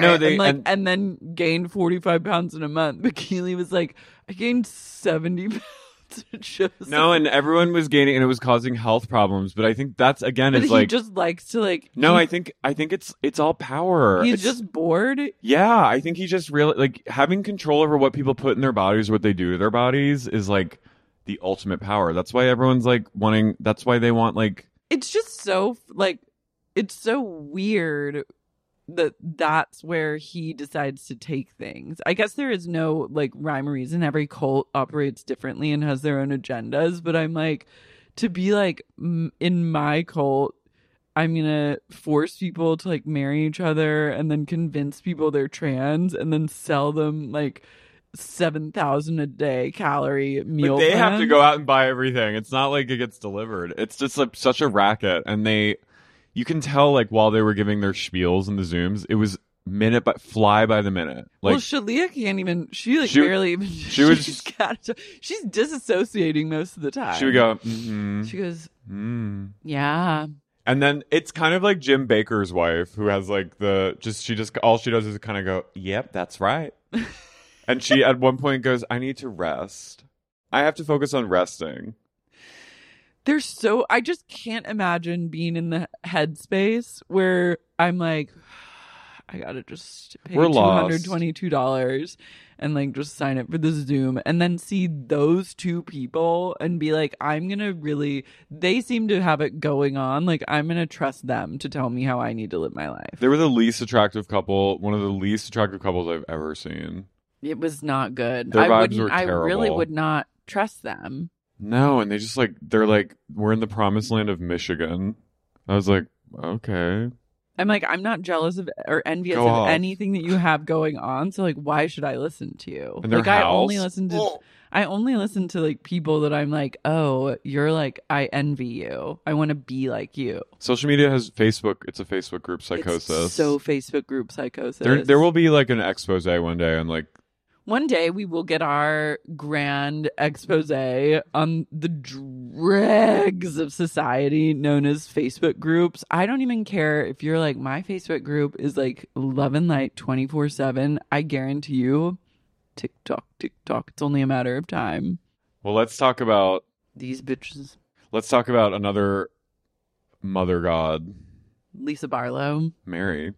no they and like and- and then gained 45 pounds in a month but keely was like i gained 70 pounds It shows no and everyone was gaining and it was causing health problems but i think that's again but it's he like just likes to like no he- i think i think it's it's all power he's It's- just bored Yeah, I think he just really like having control over what people put in their bodies, what they do to their bodies is like the ultimate power. That's why everyone's like wanting that's why they want like it's just so like it's so weird that that's where he decides to take things i guess there is no like rhyme or reason every cult operates differently and has their own agendas but i'm like to be like m- in my cult i'm gonna force people to like marry each other and then convince people they're trans and then sell them like 7000 a day calorie meal but they have to plans. go out and buy everything. It's not like it gets delivered. It's just like such a racket and they you can tell like while they were giving their spiels in the zooms, it was minute by fly by the minute. Like well, Shalia can't even. She like She would- barely even. she would she's just- got. She's disassociating most of the time. she would go, mm She goes. mm. Yeah. and then it's kind of like Jim Baker's wife, who has like the just she just all she does is kind of go, "Yep, that's right." and she at one point goes, "I need to rest. I have to focus on resting." They're so. I just can't imagine being in the headspace where I'm like, I gotta just pay We're two lost. hundred twenty-two dollars and like just sign up for this Zoom and then see those two people and be like, I'm gonna really. They seem to have it going on. Like I'm gonna trust them to tell me how I need to live my life. They were the least attractive couple, one of the least attractive couples I've ever seen. It was not good. Their vibes I wouldn't, were I really terrible. would not trust them. No, and they just like they're like we're in the promised land of Michigan. I was like, okay, I'm like, I'm not jealous of or envious Go of off. anything that you have going on. So like, why should I listen to you? And their like, I only house? listen to, I only listen to like people that I'm like, oh, you're like, I envy you. I want to be like you. social media has Facebook. It's a Facebook group It's psychosis. so Facebook group psychosis. there, there will be like an expose one day on like one day we will get our grand expose on the dregs of society known as Facebook groups. I don't even care if you're like, my Facebook group is like love and light 24 7. I guarantee you, TikTok, TikTok, it's only a matter of time. Well, let's talk about These bitches, let's talk about another mother god, Lisa Barlow. Mary.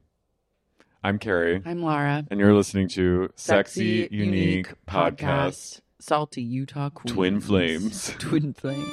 I'm Carrie, I'm Laura. and you're listening to Sexy, Unique, Podcast. Salty Utah Queens. Twin Flames. Twin Flames.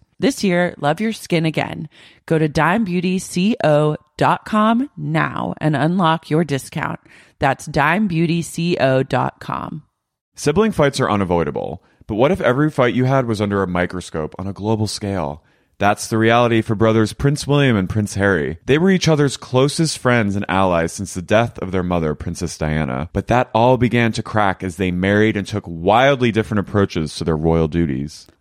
This year, love your skin again. Go to dimebeautyco.com now and unlock your discount. That's dimebeautyco.com. Sibling fights are unavoidable, but what if every fight you had was under a microscope on a global scale? That's the reality for brothers Prince William and Prince Harry. They were each other's closest friends and allies since the death of their mother, Princess Diana, but that all began to crack as they married and took wildly different approaches to their royal duties.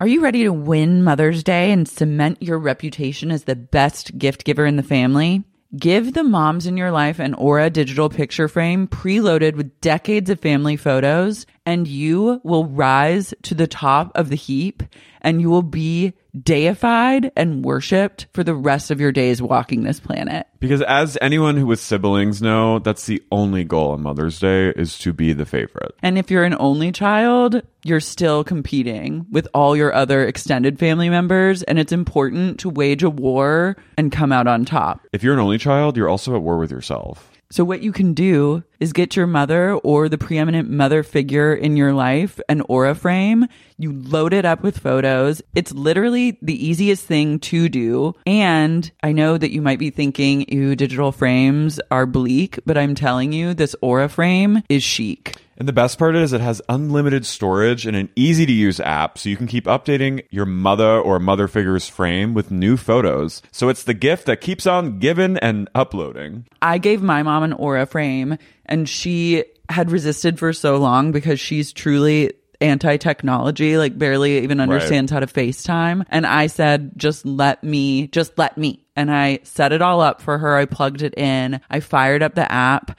Are you ready to win Mother's Day and cement your reputation as the best gift giver in the family? Give the moms in your life an Aura digital picture frame preloaded with decades of family photos, and you will rise to the top of the heap and you will be deified and worshipped for the rest of your days walking this planet. Because as anyone who with siblings know, that's the only goal on Mother's Day is to be the favorite. And if you're an only child, you're still competing with all your other extended family members, and it's important to wage a war and come out on top. If you're an only child, you're also at war with yourself. So, what you can do is get your mother or the preeminent mother figure in your life an aura frame. You load it up with photos. It's literally the easiest thing to do. And I know that you might be thinking, ew, digital frames are bleak, but I'm telling you, this aura frame is chic. And the best part is it has unlimited storage and an easy to use app so you can keep updating your mother or mother figure's frame with new photos. So it's the gift that keeps on giving and uploading. I gave my mom an aura frame and she had resisted for so long because she's truly anti technology, like barely even understands how to FaceTime. And I said, just let me, just let me. And I set it all up for her. I plugged it in. I fired up the app.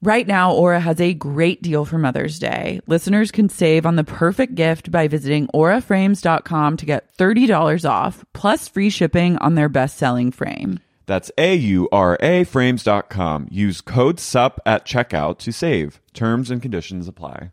Right now, Aura has a great deal for Mother's Day. Listeners can save on the perfect gift by visiting auraframes.com to get $30 off plus free shipping on their best-selling frame. That's A U R A frames.com. Use code SUP at checkout to save. Terms and conditions apply.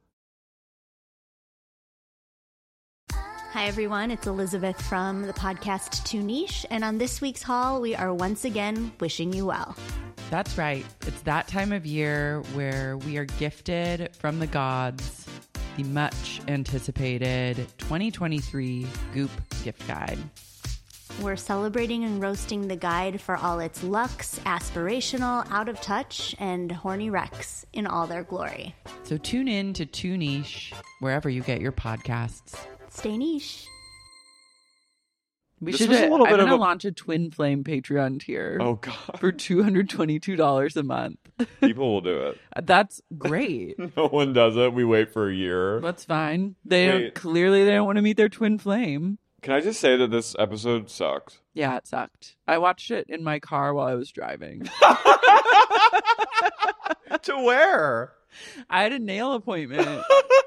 Hi, everyone. It's Elizabeth from the podcast Too Niche. And on this week's haul, we are once again wishing you well. That's right. It's that time of year where we are gifted from the gods the much anticipated 2023 Goop gift guide. We're celebrating and roasting the guide for all its luxe, aspirational, out of touch, and horny wrecks in all their glory. So tune in to Too Niche wherever you get your podcasts. Stay niche. We This should was a little I'm bit of gonna a- launch a twin flame Patreon tier Oh, God. for two hundred twenty two dollars a month. People will do it. That's great. No one does it. We wait for a year. That's fine. They don't, Wait. clearly they don't want to meet their twin flame. Can I just say that this episode sucked? Yeah, it sucked. I watched it in my car while I was driving. to where? I had a nail appointment. I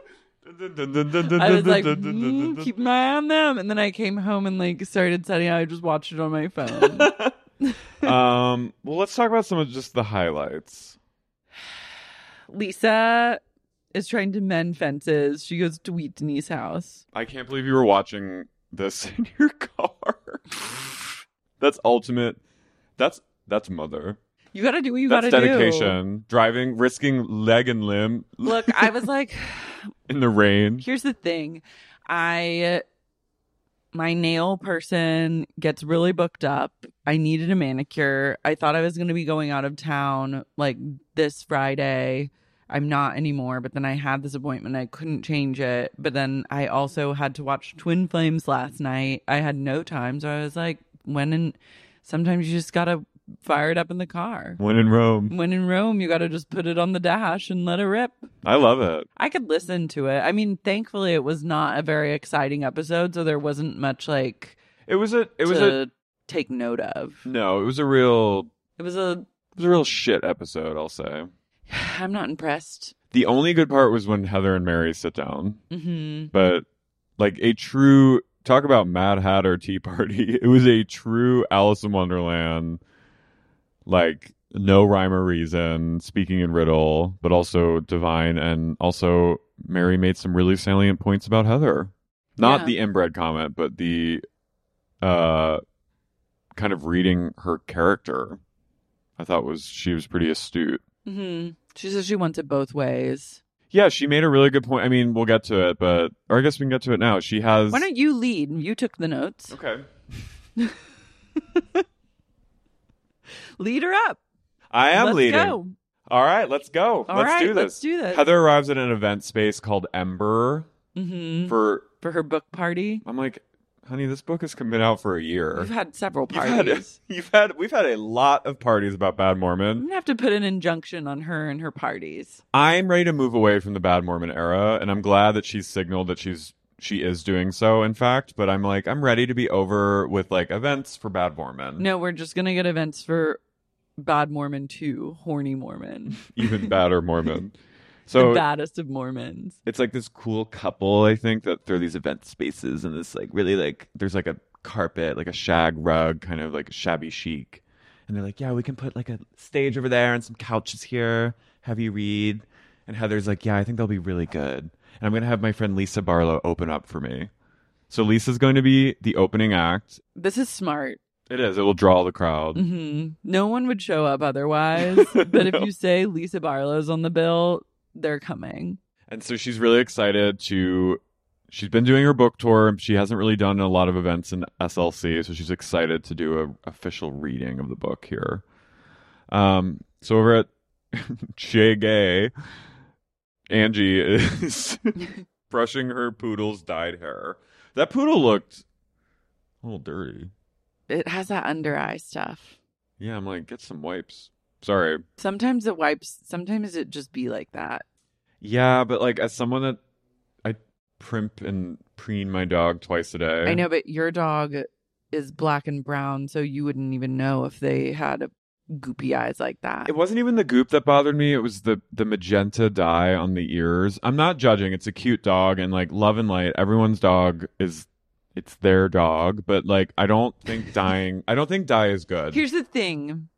I was like, "Mm, keep my eye on them. And then I came home and like started setting out. I just watched it on my phone. um, well, let's talk about some of just the highlights. Lisa is trying to mend fences. She goes to Whitney's house. I can't believe you were watching this in your car. that's ultimate. That's that's mother. You gotta do what you that's gotta do. dedication. Driving, risking leg and limb Look, I was like, in the rain. here's the thing. I my nail person gets really booked up. I needed a manicure. I thought I was going to be going out of town like this Friday. I'm not anymore, but then I had this appointment. I couldn't change it. But then I also had to watch Twin Flames last night. I had no time, so I was like, when and sometimes you just got to fire it up in the car. When in Rome. When in Rome, you got to just put it on the dash and let it rip. I love it. I could listen to it. I mean, thankfully, it was not a very exciting episode, so there wasn't much like It was a it was to a take note of. no, it was a real It was a. it was a real shit episode, I'll say. I'm not impressed. The only good part was when Heather and Mary sit down. hmm But like a true talk about Mad Hatter Tea Party. It was a true Alice in Wonderland, like no rhyme or reason, speaking in riddle, but also divine and also Mary made some really salient points about Heather. Not Yeah. the inbred comment, but the uh kind of reading her character. I thought was she was pretty astute. hmm She says she wants it both ways. Yeah, she made a really good point. I mean, we'll get to it, but or I guess we can get to it now. She has Why don't you lead? You took the notes. Okay. Lead her up. I am Let's leading. go. All right, let's go. All let's right, do this. let's do this. Heather arrives at an event space called Ember hmm for For her book party, I'm like, honey, this book has been out for a year. we've had several You've had- parties. Mm-hmm. you've had we've had a lot of parties about Bad I'm Mormon. gonna have to put an injunction on her and her parties. I'm ready to move away from the Bad Mormon era, and I'm glad that she's signaled that she's she is doing so, in fact, but I'm like, I'm ready to be over with like events for Bad Mormon. No, we're just gonna get events for Bad Mormon Two, Horny Mormon, Even badder Mormon. the So baddest of Mormons. it's like this cool couple i think that through these event spaces and this like really like there's like a carpet like a shag rug kind of like shabby chic and they're like yeah we can put like a stage over there and some couches here have you read and heather's like yeah i think they'll be really good and i'm going to have my friend lisa barlow open up for me so lisa's going to be the opening act This is smart. it is it will draw the crowd hmm No one would show up otherwise. but if you say Lisa Barlow's on the bill, they're coming. And so she's really excited to. She's been doing her book tour. She hasn't really done a lot of events in SLC, so she's excited to do a official reading of the book here. Um, so over at Jay Gay, Angie is brushing her poodle's dyed hair. That poodle looked a little dirty. It has that under eye stuff. Yeah, I'm like, get some wipes. Sorry, Sometimes it wipes. Sometimes it just be like that. Yeah, but like as someone that I primp and preen my dog twice a day. I know, but your dog is black and brown, so you wouldn't even know if they had goopy eyes like that. It wasn't even the goop that bothered me. It was the the magenta dye on the ears. I'm not judging. It's a cute dog and like love and light. Everyone's dog is it's their dog, but like I don't think dying I don't think dye is good. Here's the thing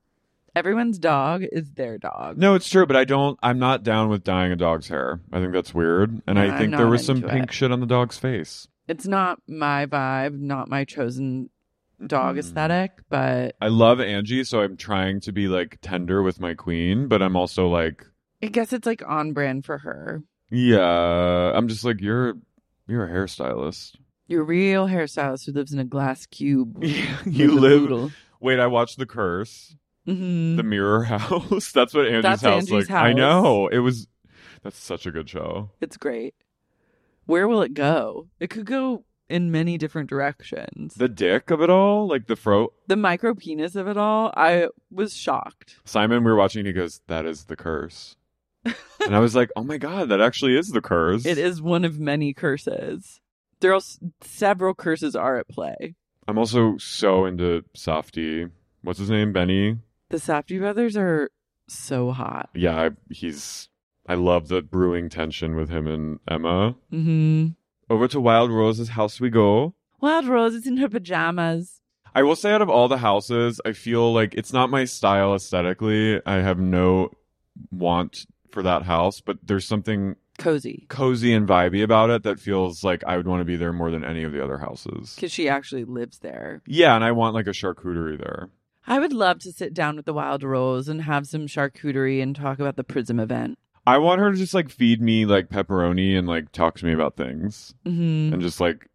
everyone's dog is their dog. no, it's true, but I don't I'm not down with dyeing a dog's hair. I think that's weird. And No, I I'm think there not was some into pink it. shit on the dog's face. It's not my vibe, not my chosen dog Mm. aesthetic, but I love Angie, so I'm trying to be like tender with my queen, but I'm also like I guess it's like on brand for her. Yeah, I'm just like you're. You're a hairstylist. Your real hairstylist who lives in a glass cube. you live. Wait, I watched The Curse, hmm The Mirror House. That's what Angie's That's house. Angie's like I house. know it was. That's such a good show. It's great. Where will it go? It could go in many different directions. The, The dick of it all, like the fro. micro penis of it all, I was shocked. Simon, we were watching. And he goes, "That is the curse," and I was like, "Oh my god, that actually is the curse." It is one of many curses. There are s- several curses are at play. I'm also so into Softy. What's his name? Benny. The Safdie brothers are so hot. Yeah, I, he's. I love the brewing tension with him and Emma. Mm-hmm. Over to Wild Rose's house we go. Wild Rose is in her pajamas. I will say, out of all the houses, I feel like it's not my style aesthetically. I have no want for that house, but there's something Cozy. cozy and vibey about it that feels like I would want to be there more than any of the other houses. Because she actually lives there. Yeah, and I want like a charcuterie there. I would love to sit down with the Wild Rose and have some charcuterie and talk about the Prism event. I want her to just like feed me like pepperoni and like talk to me about things Mm-hmm. and just like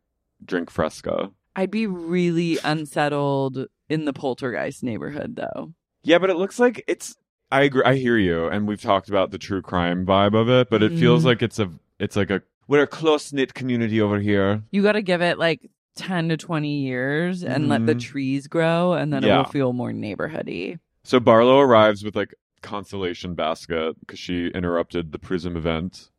drink fresca. I'd be really unsettled in the poltergeist neighborhood, though. Yeah, but it looks like it's. I agree. I hear you, and we've talked about the true crime vibe of it, but it feels Mhm. like it's a. It's like a. We're a close knit community over here. You got to give it like 10 to 20 years and let the Mhm. trees grow and then it Yeah. will feel more neighborhoody. So Barlow arrives with like consolation basket because she interrupted the Prism event,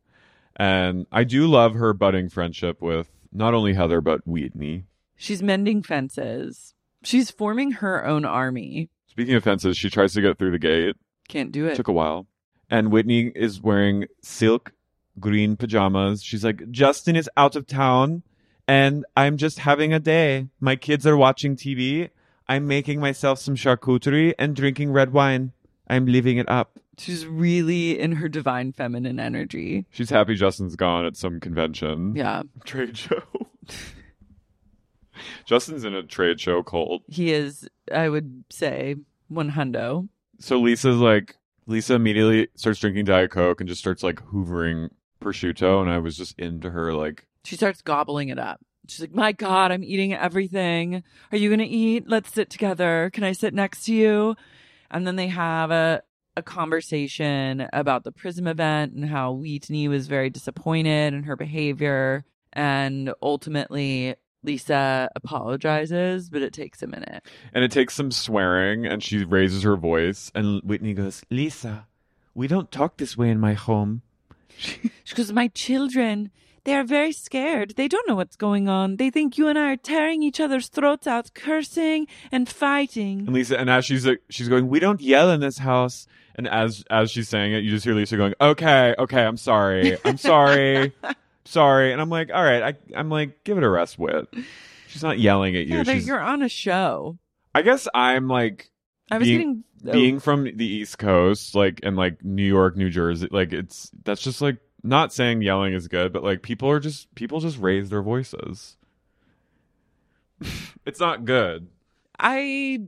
and I do love her budding friendship with not only Heather but Whitney. She's mending fences. She's forming her own army. Speaking of fences, she tries to get through the gate. Can't do it. Took a while, and Whitney is wearing silk green pajamas. She's like, Justin is out of town, and I'm just having a day. My kids are watching TV. I'm making myself some charcuterie and drinking red wine. I'm living it up. She's really in her divine feminine energy. She's happy Justin's gone at some convention. Yeah. Trade show. Justin's in a trade show cold. He is, I would say, one hundo. So Lisa's like, Lisa immediately starts drinking Diet Coke and just starts like hoovering prosciutto. And I was just into her, like, She starts gobbling it up. She's like, My God, I'm eating everything. Are you going to eat? Let's sit together. Can I sit next to you? And then they have a, a conversation about the Prism event and how Wheatney was very disappointed in her behavior. And ultimately, Lisa apologizes, but it takes a minute. and it takes some swearing and she raises her voice. And Whitney goes, Lisa, we don't talk this way in my home. She goes, My children, they are very scared. They don't know what's going on. They think you and I are tearing each other's throats out, cursing and fighting. And Lisa, and as she's like, she's going, we don't yell in this house. And as as she's saying it, you just hear Lisa going, okay, okay, I'm sorry, I'm sorry, sorry. And I'm like, all right, I, I'm like, give it a rest, Wit. She's not yelling at you. Yeah, they're- she's, you're on a show. I guess I'm like I was being- getting oh, being from the East Coast, like and like New York, New Jersey, like it's that's just like not saying yelling is good, but like people are just people just raise their voices. it's not good. I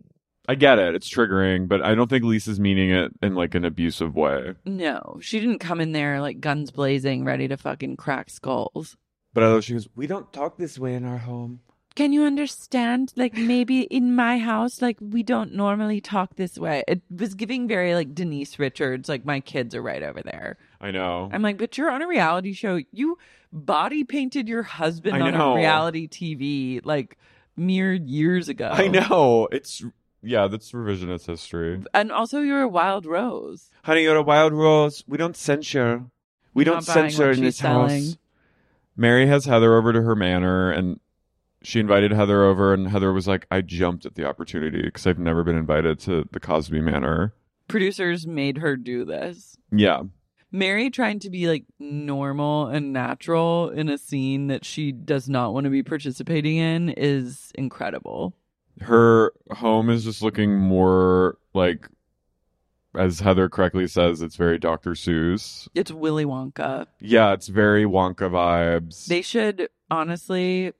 I get it. It's triggering, but I don't think Lisa's meaning it in like an abusive way. no, she didn't come in there like guns blazing, ready to fucking crack skulls. But I love she goes, We don't talk this way in our home. Can you understand? Like maybe in my house, like we don't normally talk this way. It was giving very like Denise Richards, like my kids are right over there. I know. I'm like, but you're on a reality show. You body painted your husband I on a know. reality TV like mere years ago. I know. It's yeah, that's revisionist history. And also, you're a wild rose. Honey, you're a wild rose. We don't censure. We Not don't buying what censure in she's this selling. house. Mary has Heather over to her manor and she invited Heather over and Heather was like, I jumped at the opportunity because I've never been invited to the Cosby Manor. Producers made her do this. Yeah. Mary trying to be like normal and natural in a scene that she does not want to be participating in is incredible. her home is just looking more like as heather correctly says it's very dr seuss It's Willy Wonka. yeah it's very wonka vibes They should honestly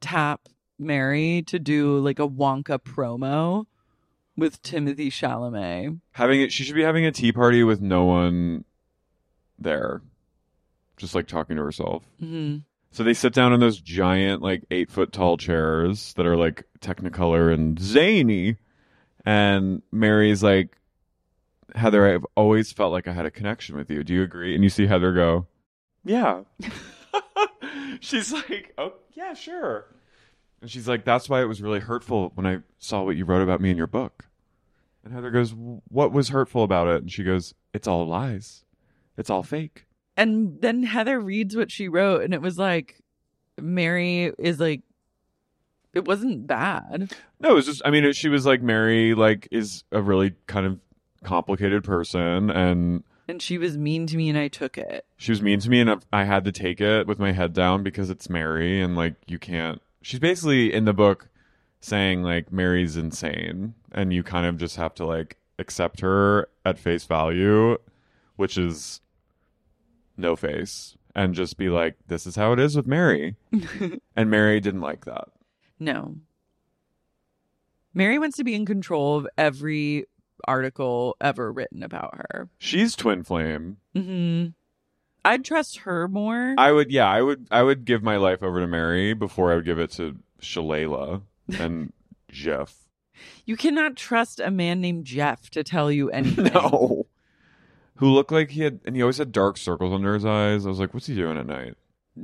tap Mary to do like a Wonka promo with Timothy Chalamet. having it she should be having a tea party with no one there just like talking to herself hmm so they sit down in those giant like eight foot tall chairs that are like technicolor and zany and mary's like heather i've always felt like i had a connection with you do you agree and you see heather go yeah she's like oh yeah sure and she's like that's why it was really hurtful when i saw what you wrote about me in your book and heather goes what was hurtful about it and she goes it's all lies it's all fake And then Heather reads what she wrote, and it was like Mary is like, it wasn't bad. No, it was just I mean, she was like Mary, like is a really kind of complicated person, and And she was mean to me, and I took it. she was mean to me, and I- I had to take it with my head down because it's Mary, and like you can't. She's basically in the book saying like Mary's insane, and you kind of just have to like accept her at face value, which is no face, and just be like, this is how it is with Mary, and Mary didn't like that. No. Mary wants to be in control of every article ever written about her. She's twin flame. hmm I'd trust her more. Mm-hmm. I would, yeah, I would, I would give my life over to Mary before I would give it to Shalala and Jeff. you cannot trust a man named Jeff to tell you anything. No, who looked like he had, and he always had dark circles under his eyes. I was like, what's he doing at night?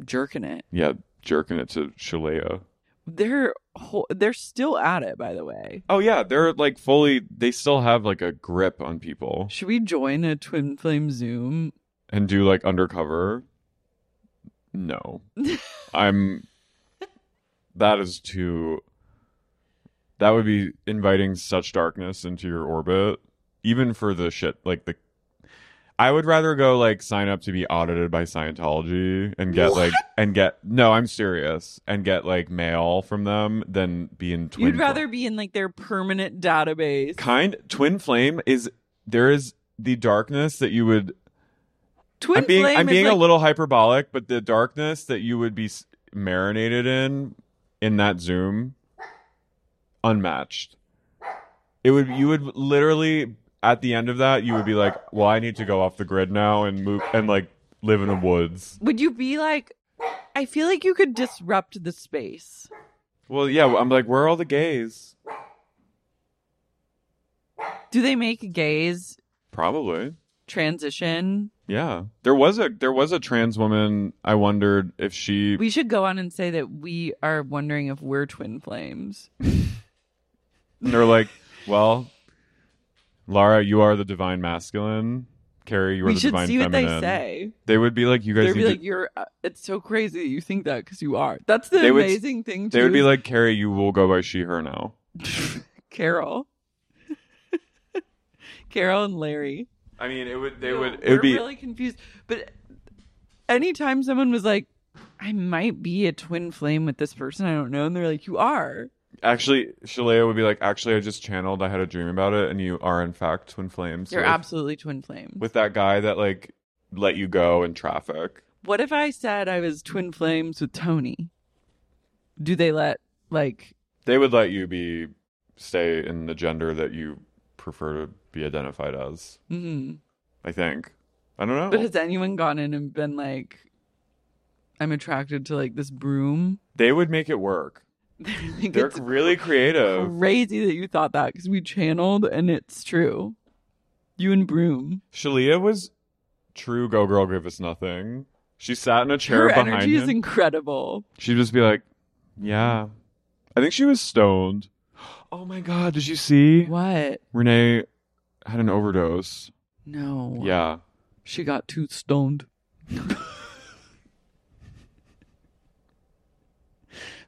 Jerking it. Yeah, jerking it to Shalala. They're whole, they're still at it, by the way. Oh yeah, they're like fully. They still have like a grip on people Should we join a twin flame Zoom? and do like undercover. No, I'm. That is too. That would be inviting such darkness into your orbit, even for the shit like the. I would rather go like sign up to be audited by Scientology and get like and get no, I'm serious and get like mail from them than be in twin. You'd Fl- rather be in like their permanent database. kind twin flame is there is the darkness that you would Twin I'm being flame I'm is, being like, a little hyperbolic, but the darkness that you would be s- marinated in in that Zoom, unmatched. It would you would literally at the end of that you would be like, well, I need to go off the grid now and move and like live in the woods. Would you be like? I feel like you could disrupt the space. Well, yeah, I'm like, where are all the gays? Do they make gays Probably. transition? Yeah, there was a there was a trans woman. I wondered if she We should go on and say that we are wondering if we're twin flames. And they're like, well, Lara, you are the divine masculine. Carrie, you are we the should divine see what feminine. they say. They would be like, you guys They'd need be like, to. "You're." uh, It's so crazy that you think that because you are. That's the They would- amazing thing. They would be too. like, Carrie, you will go by she, her now. Carol, Carol and Larry. I mean, it would. They Ew, would. It we're would be. really confused. But anytime someone was like, "I might be a twin flame with this person," I don't know, and they're like, "You are." Actually, Shalea would be like, actually, I just channeled. I had a dream about it, and you are in fact twin flames. You're with, absolutely twin flames. with that guy that like let you go in traffic. what if I said I was twin flames with Tony? Do they let like? They would let you be stay in the gender that you prefer to be identified as. mhm. I think. I don't know. But has anyone gone in and been like, I'm attracted to like this broom? they would make it work. like, They're it's really creative. crazy that you thought that because we channeled and it's true. You and broom. Shalia was true go girl give us nothing. She sat in a chair Her behind energy him. is incredible. She'd just be like, "Yeah." I think she was stoned. Oh my god, did you see? What? Renee had an overdose. No. Yeah. She got too stoned.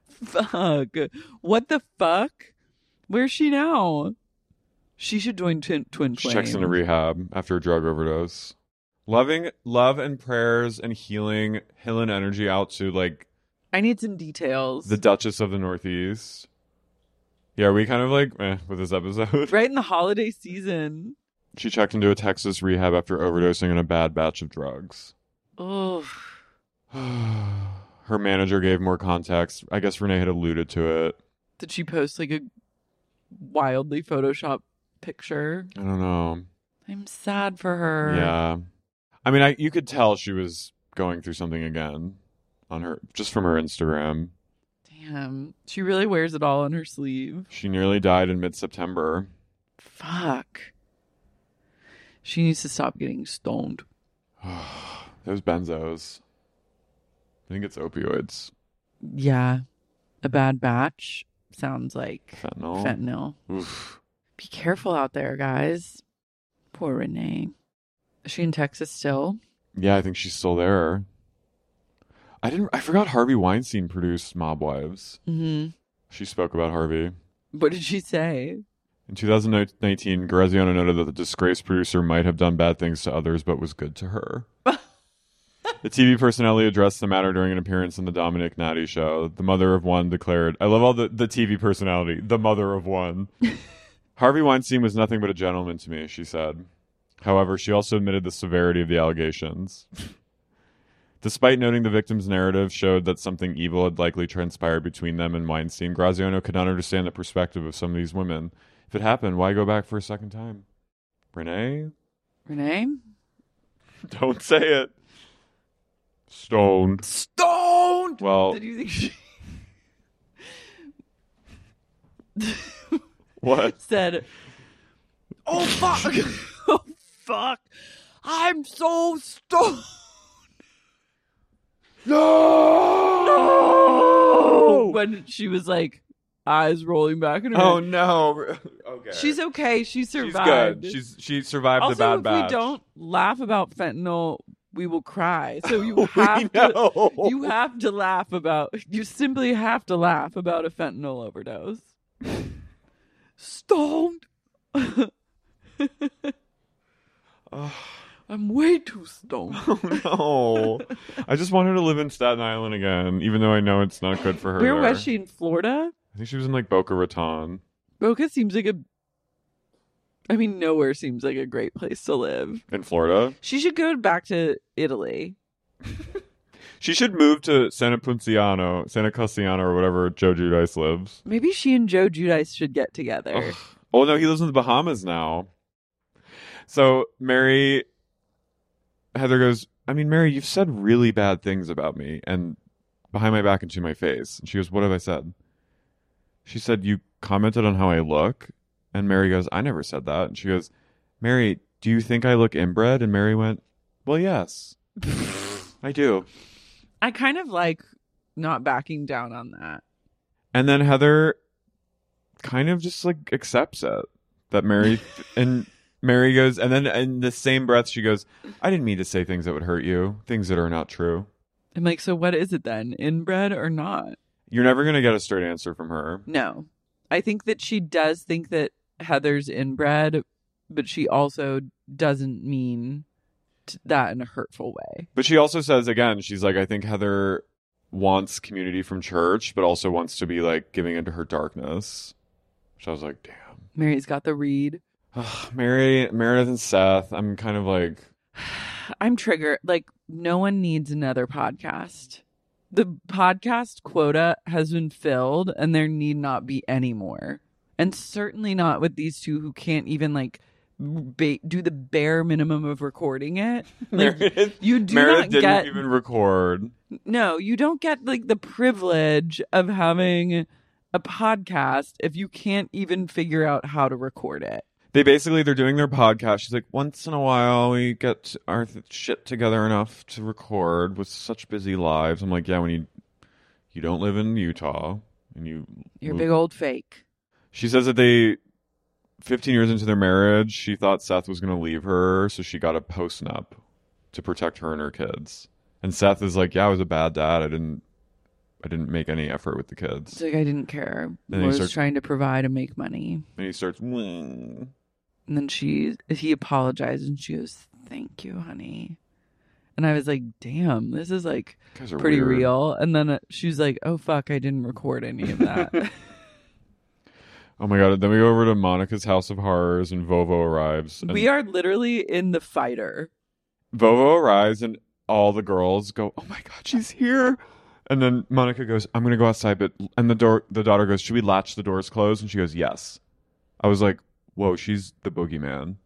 fuck. What the fuck? Where's she now? She should join Twin, twin She Flame. checks into rehab after a drug overdose. Loving love and prayers and healing, healing energy out to like I need some details. the Duchess of the Northeast. Yeah, are we kind of like eh, with this episode? right in the holiday season. She checked into a Texas rehab after overdosing on a bad batch of drugs. Oh, Her manager gave more context. I guess Renee had alluded to it. did she post like a wildly photoshopped picture? I don't know. I'm sad for her. Yeah. I mean, I you could tell she was going through something again on her just from her Instagram. Damn. She really wears it all on her sleeve. She nearly died in mid-September. Fuck. She needs to stop getting stoned. Those benzos. I think it's opioids. Yeah. A bad batch sounds like Fentanyl. fentanyl. Oof. Be careful out there, guys. Poor Renee. Is she in Texas still? Yeah, I think she's still there. I didn't I forgot Harvey Weinstein produced Mob Wives. Mm-hmm. She spoke about Harvey. What did she say? In 2019, Graziano noted that the disgraced producer might have done bad things to others, but was good to her. the TV personality addressed the matter during an appearance on the Dominic Natty show. The mother of one declared, I love all the, the TV personality, the mother of one. Harvey Weinstein was nothing but a gentleman to me, she said. However, she also admitted the severity of the allegations. Despite noting the victim's narrative showed that something evil had likely transpired between them and Weinstein, Graziano could not understand the perspective of some of these women. If it happened, why go back for a second time? Renee? Renee? Don't say it. Stoned. Stoned! Well, Did you think she what? said, Oh fuck! oh fuck! I'm so stoned! No! Oh! when she was like eyes rolling back in her Oh head. no. Okay. She's okay. She She's survived. good. She's she survived also, the bad if batch. we don't laugh about fentanyl, we will cry. So you We have to, know. you have to laugh about. You simply have to laugh about a fentanyl overdose. Stoned. I'm way too stoned. no. I just want her to live in Staten Island again, even though I know it's not good for her. Where there. was she in Florida? I think she was in like Boca Raton. Boca seems like a. I mean, nowhere seems like a great place to live. In Florida. She should go back to Italy. She should move to Santa Punciano, Santa Cassiano, or whatever Joe Judice lives. Maybe she and Joe Judice should get together. Ugh. Oh no, he lives in the Bahamas now. So Mary Heather goes, I mean, Mary, you've said really bad things about me and behind my back and to my face. And she goes, What have I said? She said, You commented on how I look. And Mary goes, I never said that. And she goes, Mary, do you think I look inbred? And Mary went, Well, yes. I do. I kind of like not backing down on that. And then Heather kind of just like accepts it that Mary and Mary goes, and then in the same breath, she goes, I didn't mean to say things that would hurt you, things that are not true. I'm like, so what is it then? Inbred or not? You're never going to get a straight answer from her. No. I think that she does think that Heather's inbred, but she also doesn't mean t- that in a hurtful way. But she also says, again, she's like, I think Heather wants community from church, but also wants to be like giving into her darkness. Which I was like, damn. Mary's got the read. Mary, Meredith, and Seth, I'm kind of like, I'm triggered. Like, no one needs another podcast. The podcast quota has been filled, and there need not be any more. And certainly not with these two who can't even like ba- do the bare minimum of recording it. Like, Meredith, you do Meredith not didn't get even record. no, you don't get like the privilege of having a podcast if you can't even figure out how to record it. they basically they're doing their podcast. She's like, once in a while we get our th- shit together enough to record with such busy lives. I'm like, yeah, when you you don't live in Utah and you You're a move- big old fake. She says that they 15 years into their marriage, she thought Seth was going to leave her, so she got a post nup to protect her and her kids. And Seth is like, yeah, I was a bad dad. I didn't I didn't make any effort with the It's kids. like I didn't care. Then I he was starts- trying to provide and make money. And he starts. "Mm." And then she he apologized and she goes, "Thank you, honey." And I was like, "Damn, this is like Guys are pretty weird. real." And then uh, she's like, "Oh fuck, I didn't record any of that." Oh my god! Then we go over to Monica's House of Horrors, and Vovo arrives. And we are literally in the fighter. Vovo arrives, and all the girls go, "Oh my god, she's here!" And then Monica goes, "I'm gonna go outside," but and the door, the daughter goes, "Should we latch the doors closed?" And she goes, "Yes." I was like, "Whoa, she's the boogeyman.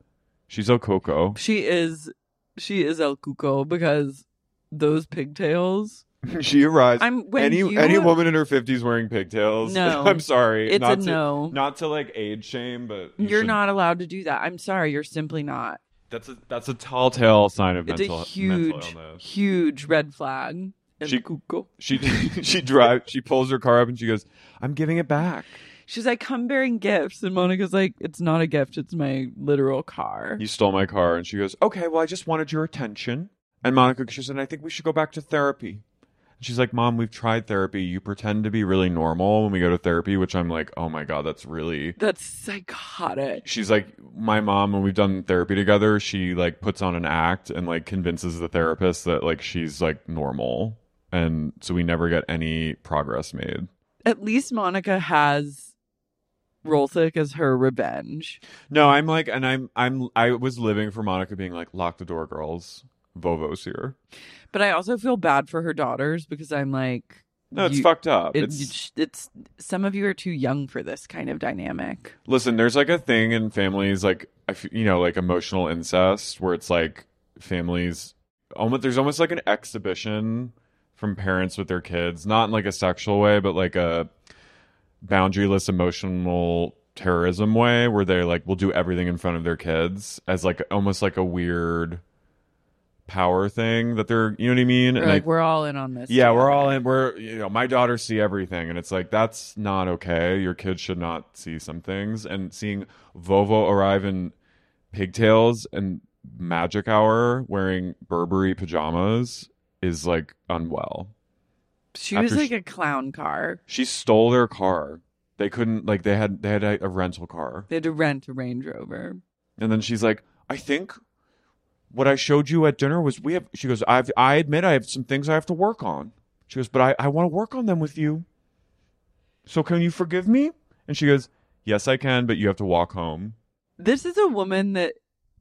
She's El Coco." She is she is El Cuco because those pigtails. she arrives. I'm- when any you- any woman in her fifties wearing pigtails. No. I'm sorry. It's not a to, no. Not to like age shame, but you You're should- not allowed to do that. I'm sorry, you're simply not. That's a that's a tall tale sign of It's mental a mental huge, illness. huge red flag. El She- Cuco. She she drives. She pulls her car up and she goes, "I'm giving it back." She's like, come bearing gifts. And Monica's like, it's not a gift. It's my literal car. You stole my car, and she goes, "Okay, well, I just wanted your attention." And Monica, she said, "I think we should go back to therapy." And she's like, "Mom, we've tried therapy. You pretend to be really normal when we go to therapy," which I'm like, "Oh my god, that's really." That's psychotic. She's like, "My mom, when we've done therapy together, she like puts on an act and like convinces the therapist that like she's like normal." And so we never get any progress made. At least Monica has Rolsick as her revenge. No, I'm like, and I'm, I'm, I was living for Monica being like, lock the door, girls. Vovo's here. But I also feel bad for her daughters because I'm like, No, it's you- fucked up. it- it's it's, it's some of you are too young for this kind of dynamic. listen. There's like a thing in families, like I f- you know, like emotional incest, where it's like families. Almost, there's almost like an exhibition from parents with their kids, not in like a sexual way, but like a boundaryless emotional terrorism way, where they like will do everything in front of their kids as like almost like a weird power thing that they're you know what I mean? Or, And like like we're all in on this. yeah, we're together. all in we're you know, my daughters see everything and it's like that's not okay. Your kids should not see some things and seeing Vovo arrive in pigtails and magic hour wearing Burberry pajamas is like unwell. She was after like she- a clown car. She stole their car. They couldn't like they had they had a, a rental car. They had to rent a Range Rover. And then she's like, I think what I showed you at dinner was we have she goes, I've I admit I have some things I have to work on. She goes, But I, I want to work on them with you. So can you forgive me? And she goes, Yes, I can, but you have to walk home. This is a woman that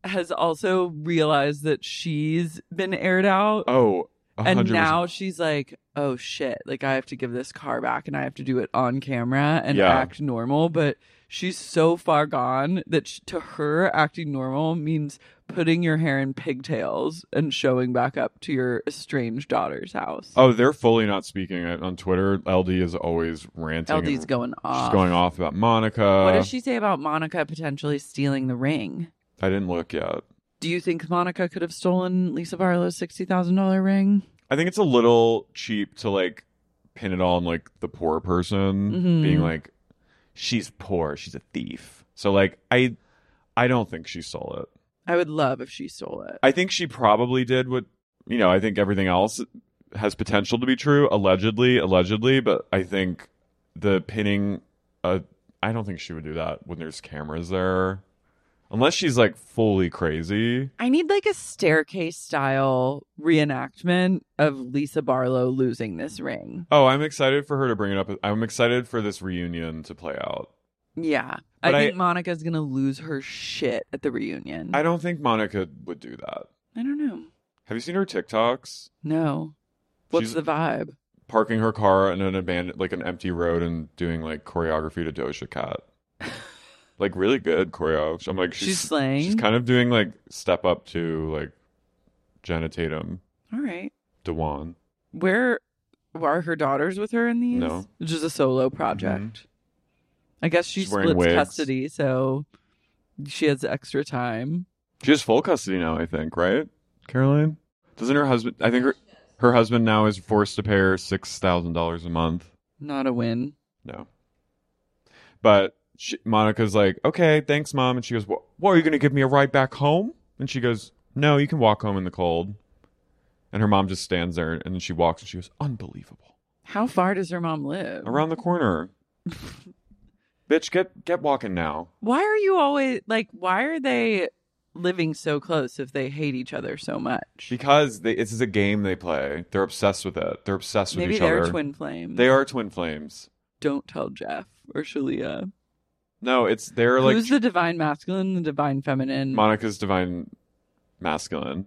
has also realized that she's been aired out. Oh, a and 100%. now she's like, oh shit, like I have to give this car back and I have to do it on camera and Yeah. act normal. But she's so far gone that sh- to her, acting normal means putting your hair in pigtails and showing back up to your estranged daughter's house. Oh, they're fully not speaking it on Twitter. LD is always ranting. and LD's going off. She's going uh, off about Monica. What does she say about Monica potentially stealing the ring? I didn't look yet. Do you think Monica could have stolen Lisa Barlow's sixty thousand dollar ring? I think it's a little cheap to like pin it on like the poor person Mhm. being like she's poor, she's a thief. So like I I don't think she stole it. I would love if she stole it. I think she probably did what you know, I think everything else has potential to be true, allegedly, allegedly, but I think the pinning uh I don't think she would do that when there's cameras there. Unless she's like fully crazy. I need like a staircase style reenactment of Lisa Barlow losing this ring. Oh, I'm excited for her to bring it up. I'm excited for this reunion to play out. Yeah. But I I- think Monica's gonna lose her shit at the reunion. I don't think Monica would do that. I don't know. Have you seen her TikToks? No. What's She's- the vibe? Parking her car in an abandoned, like an empty road, and doing like choreography to Doja Cat. like really good choreo. I'm like she's, She's slaying. She's kind of doing like step up to like Jenna Tatum, All right. Dewan. Where are her daughters with her in these? No. Mm-hmm. It's just a solo project. I guess she She's wearing splits wigs. custody, so she has extra time. She has full custody now, I think, right? Caroline doesn't her husband? I think her her husband now is forced to pay her six thousand dollars a month. Not a win. No. But she, Monica's like, okay, thanks, mom. And she goes, well, what, are you going to give me a ride back home? And she goes, no, you can walk home in the cold. And her mom just stands there and then she walks and she goes, unbelievable. How far does her mom live? Around the corner. Bitch, get get walking now. Why are you always like, why are they living so close if they hate each other so much? Because they, this is a game they play. They're obsessed with it. They're obsessed with Maybe each they're other. twin flames. They are twin flames. Don't tell Jeff or Shalia. No, it's they're like Who's the divine masculine, the divine feminine? Monica's divine masculine.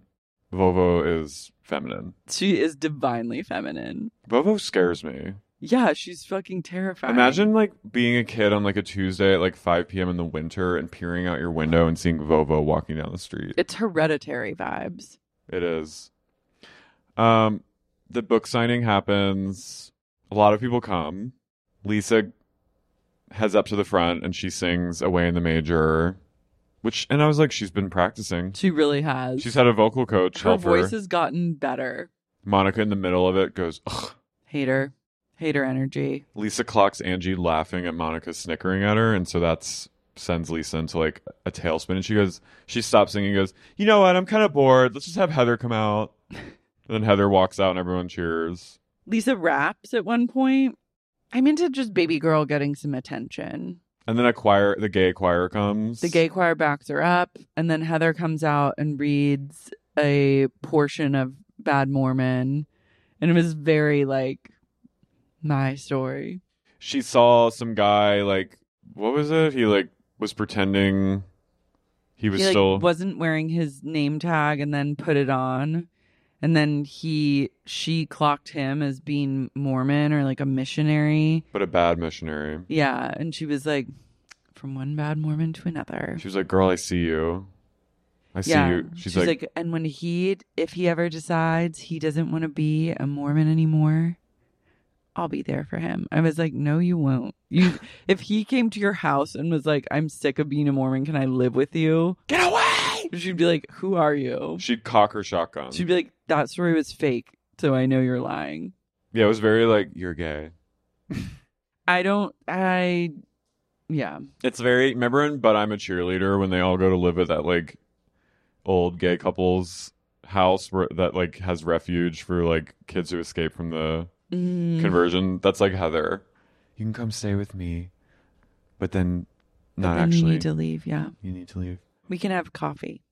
Vovo is feminine. she is divinely feminine. Vovo scares me. Yeah, she's fucking terrifying. Imagine like being a kid on like a Tuesday at like 5 p.m. in the winter and peering out your window and seeing Vovo walking down the street. it's hereditary vibes. It is. Um, the book signing happens. A lot of people come. Lisa heads up to the front and she sings "Away in the Major," which and I was like, she's been practicing. She really has. She's had a vocal coach her help voice her. has gotten better. Monica in the middle of it goes, Ugh. Hater, hater energy. Lisa clocks Angie laughing at Monica snickering at her, and so that's sends Lisa into like a tailspin. And she goes, she stops singing, and goes, "You know what? I'm kind of bored. Let's just have Heather come out." And then Heather walks out, and everyone cheers. Lisa raps at one point. I'm into just baby girl getting some attention. And then a choir, the gay choir comes. The gay choir backs her up, and then Heather comes out and reads a portion of Bad Mormon, and it was very like my story. She saw some guy like what was it? He like was pretending he was he like, still wasn't wearing his name tag, and then put it on, and then he she clocked him as being Mormon or like a missionary. but a bad missionary. Yeah, and she was like, from one bad Mormon to another. She was like, "Girl, I see you. I see you." She's, like, and when he, if he ever decides he doesn't want to be a Mormon anymore, I'll be there for him. I was like, no, you won't. You, if he came to your house and was like, I'm sick of being a Mormon, can I live with you? "Get away!" She'd be like, Who are you? She'd cock her shotgun. She'd be like, That story was fake, so I know you're lying. yeah, it was very like you're gay. I don't, I, yeah. It's very remember in But I'm a Cheerleader when they all go to live at that like old gay couple's house where that like has refuge for like kids who escape from the Mm, conversion. That's like Heather. Mm. You can come stay with me, but then not Then actually. You need to leave, yeah. you need to leave. We can have coffee.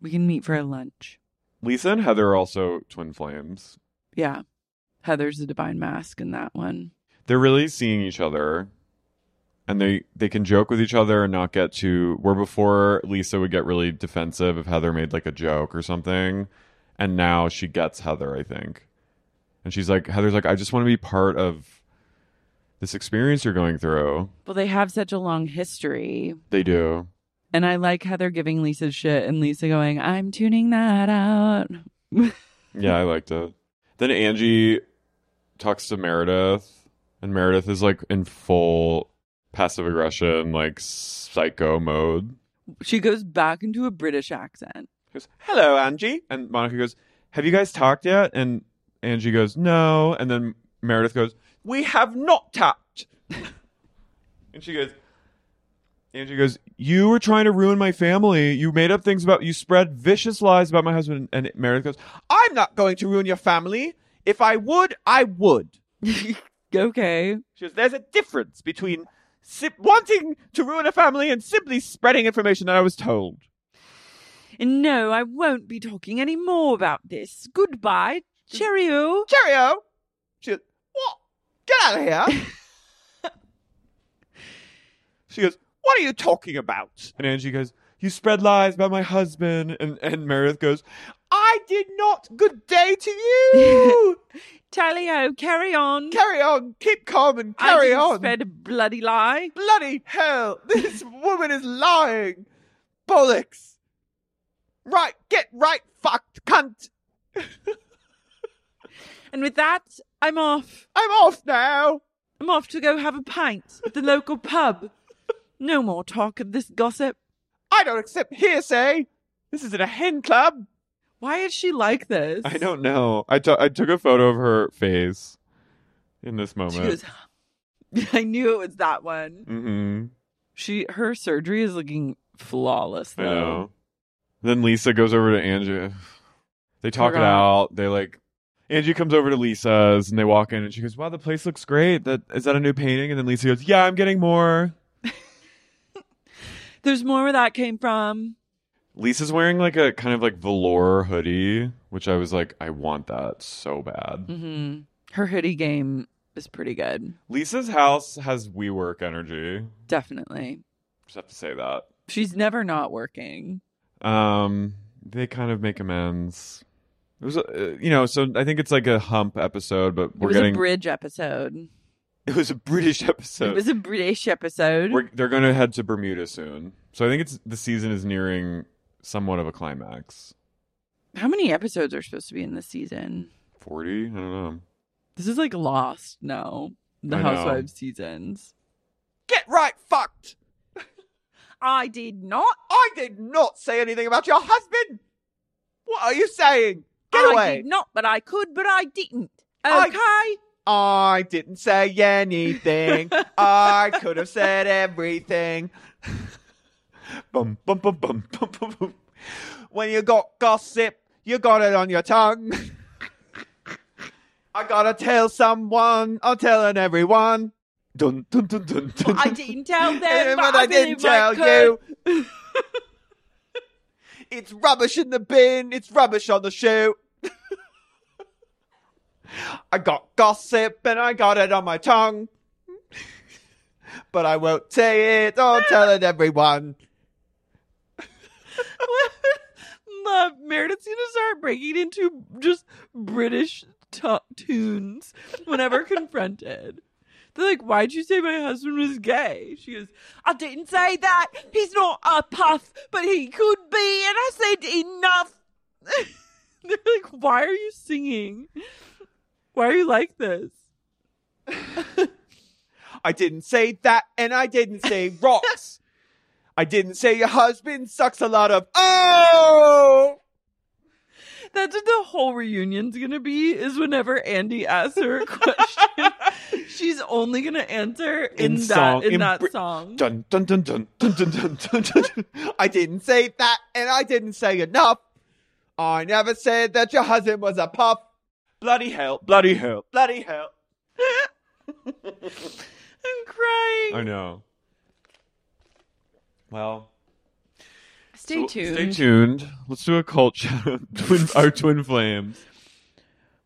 We can meet for a lunch. Lisa and Heather are also twin flames. Yeah. Heather's the divine mask in that one. They're really seeing each other. And they, they can joke with each other and not get too. Where before Lisa would get really defensive if Heather made like a joke or something. And now she gets Heather, I think. And she's like, Heather's like, I just want to be part of this experience you're going through. Well, they have such a long history. They do. And I like Heather giving Lisa shit and Lisa going, I'm tuning that out. Yeah, I liked it. Then Angie talks to Meredith, and Meredith is like in full passive aggression, like psycho mode. She goes back into a British accent. She goes, Hello, Angie. And Monica goes, Have you guys talked yet? And Angie goes, No. And then Meredith goes, We have not talked. and she goes, Angie goes, You were trying to ruin my family. You made up things about, you spread vicious lies about my husband. And Meredith goes, I'm not going to ruin your family. If I would, I would. Okay. She goes, There's a difference between si- wanting to ruin a family and simply spreading information that I was told. And no, I won't be talking any more about this. Goodbye. Cheerio. Cheerio. She goes, What? Get out of here. she goes, What are you talking about? And Angie goes, You spread lies about my husband. And, and Meredith goes, I did not. Good day to you. Tally ho. Carry on. carry on. Keep calm and I carry didn't on. Spread a bloody lie. Bloody hell. This woman is lying. Bollocks. Right. Get right, fucked cunt. And with that, I'm off. I'm off now. I'm off to go have a pint at the local pub. No more talk of this gossip. I don't accept hearsay. This isn't a hen club. Why is she like this? I don't know. I t- I took a photo of her face in this She moment. goes, I knew it was that one. mm-hmm. She her surgery is looking flawless I though. know. Then Lisa goes over to Angie. They talk it Forgot. out. They like Angie comes over to Lisa's and they walk in and she goes, "Wow, the place looks great. That is that a new painting?" And then Lisa goes, "Yeah, I'm getting more." There's more where that came from. Lisa's wearing like a kind of like velour hoodie, which I was like, "I want that so bad." hmm Her hoodie game is pretty good, Lisa's house has WeWork energy. definitely. Just have to say that. She's never not working. Um, they kind of make amends. It was, a, uh, you know, so I think it's like a hump episode, but it we're was getting a bridge episode. it was a British episode. it was a British episode. we're, they're going to head to Bermuda soon, so I think it's the season is nearing somewhat of a climax. How many episodes are supposed to be in this season? Forty, I don't know. This is like Lost. No, the I know. Housewives seasons. Get right, fucked. I did not. I did not say anything about your husband. What are you saying? I did not, but I could, but I didn't. I- Okay. I didn't say anything. I could have said everything. bum, bum, bum, bum, bum, bum, bum. When you got gossip, you got it on your tongue. I gotta tell someone. I'm telling everyone. Dun, dun, dun, dun, dun. I didn't tell them, And but what I, I didn't believe I tell you. It's rubbish in the bin. It's rubbish on the shoe. I got gossip and I got it on my tongue. But I won't say it or tell it everyone. could. Love Meredith's gonna start breaking into just British tu- tunes whenever confronted. They're like, "Why'd you say my husband was gay?" She goes, "I didn't say that. He's not a puff, but he could be." And I said, "Enough." They're like, "Why are you singing? Why are you like this?" I didn't say that and I didn't say rocks. I didn't say your husband sucks a lot of. Oh! That's what the whole reunion's gonna be is whenever Andy asks her a question, she's only gonna answer in, that in, that Brit- song. Dun, dun, dun, dun, dun, dun, dun, dun, dun, dun. I didn't say that, and I didn't say enough. I never said that your husband was a puff. Bloody hell! Bloody hell! Bloody hell! I'm crying. I know. Well, Stay tuned. stay tuned. Let's do a cult shout out. Twin, our twin flames.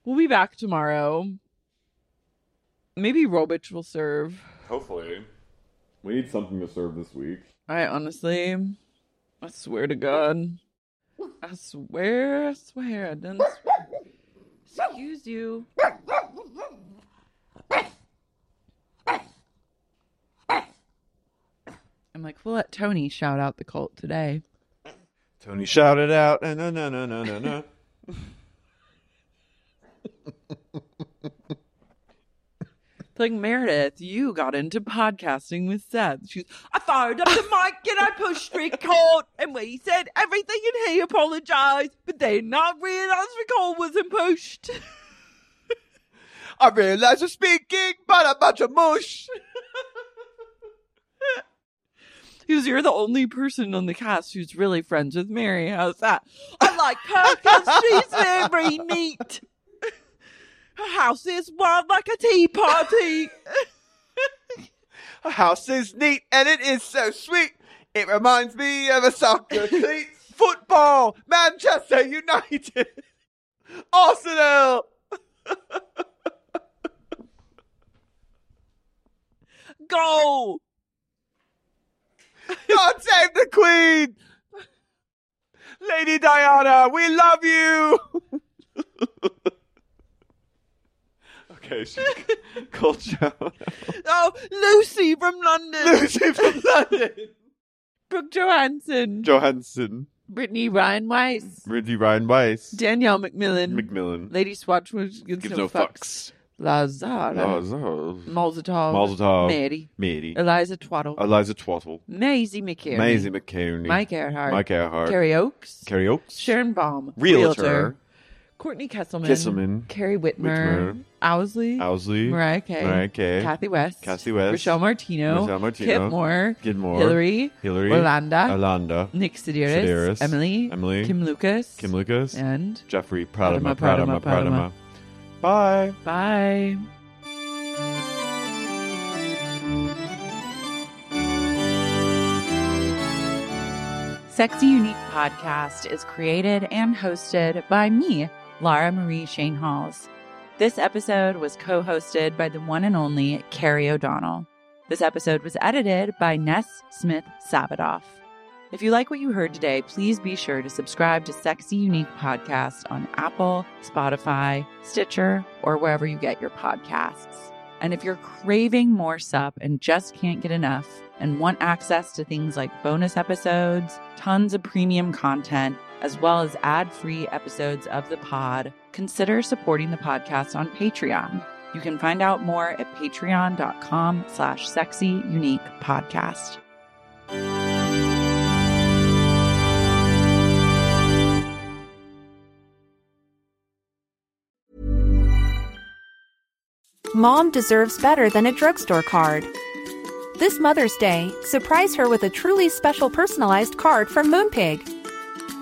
We'll be back tomorrow. Maybe Robich will serve. Hopefully, we need something to serve this week. I honestly, I swear to God, I swear, I swear, I done. Swear. Excuse you. I'm like, we'll let Tony shout out the cult today. Tony shouted out, no, no, no, no, no, no. It's Like Meredith, you got into podcasting with Seth. She's, I fired up the mic and I pushed straight cold, and we said everything, and he apologized, but they not realized record wasn't pushed. I realize you're speaking, but a bunch of mush. Because you're the only person on the cast who's really friends with Mary. How's that? I like her because she's very neat. Her house is wild like a tea party. Her house is neat and it is so sweet. It reminds me of a soccer cleat. Football, Manchester United, Arsenal. Go! God save the Queen. Lady Diana, we love you. okay, she's called Joan. Oh, Lucy from London. Lucy from London. Brooke Johansson. Johansson, Brittany Ryan Weiss. Rindy Ryan Weiss, Danielle McMillan. McMillan. Lady Swatch gives, Gives no, no fucks. fucks. Lazara. Molzatov. Molzatov. Mary. Mary. Eliza Twaddle. Eliza Twattle. Maisie McCary. Maisie McConey. Mike Earhart. Mike Earhart. Carrie Oakes. Carrie Oakes. Sharon Baum. Realtor. Courtney Kesselman. Kesselman. Carrie Whitmer. Whitmer. Owsley. Owsley. Mariah Carey. Mariah Carey. Kathy West. Kathy West. Rochelle Martino. Rochelle Martino. Kip Moore. Kip Moore. Hillary. Hillary. Orlando. Orlando. Nick Sedaris. Sedaris. Emily. Emily. Kim Lucas. Kim Lucas. And Jeffrey Pradama. Pradama. Pradama, Pradama. Pradama. Bye. bye. Sexy Unique Podcast is created and hosted by me, Lara Marie Shane Halls. This episode was co hosted by the one and only Carrie O'Donnell. This episode was edited by Ness Smith Sabadoff. If you like what you heard today, please be sure to subscribe to Sexy Unique Podcast on Apple, Spotify, Stitcher, or wherever you get your podcasts. And if you're craving more sup and just can't get enough and want access to things like bonus episodes, tons of premium content, as well as ad free episodes of the pod, consider supporting the podcast on Patreon. You can find out more at patreon.com slash sexy unique podcast. Mom deserves better than a drugstore card. This Mother's Day, surprise her with a truly special personalized card from Moonpig.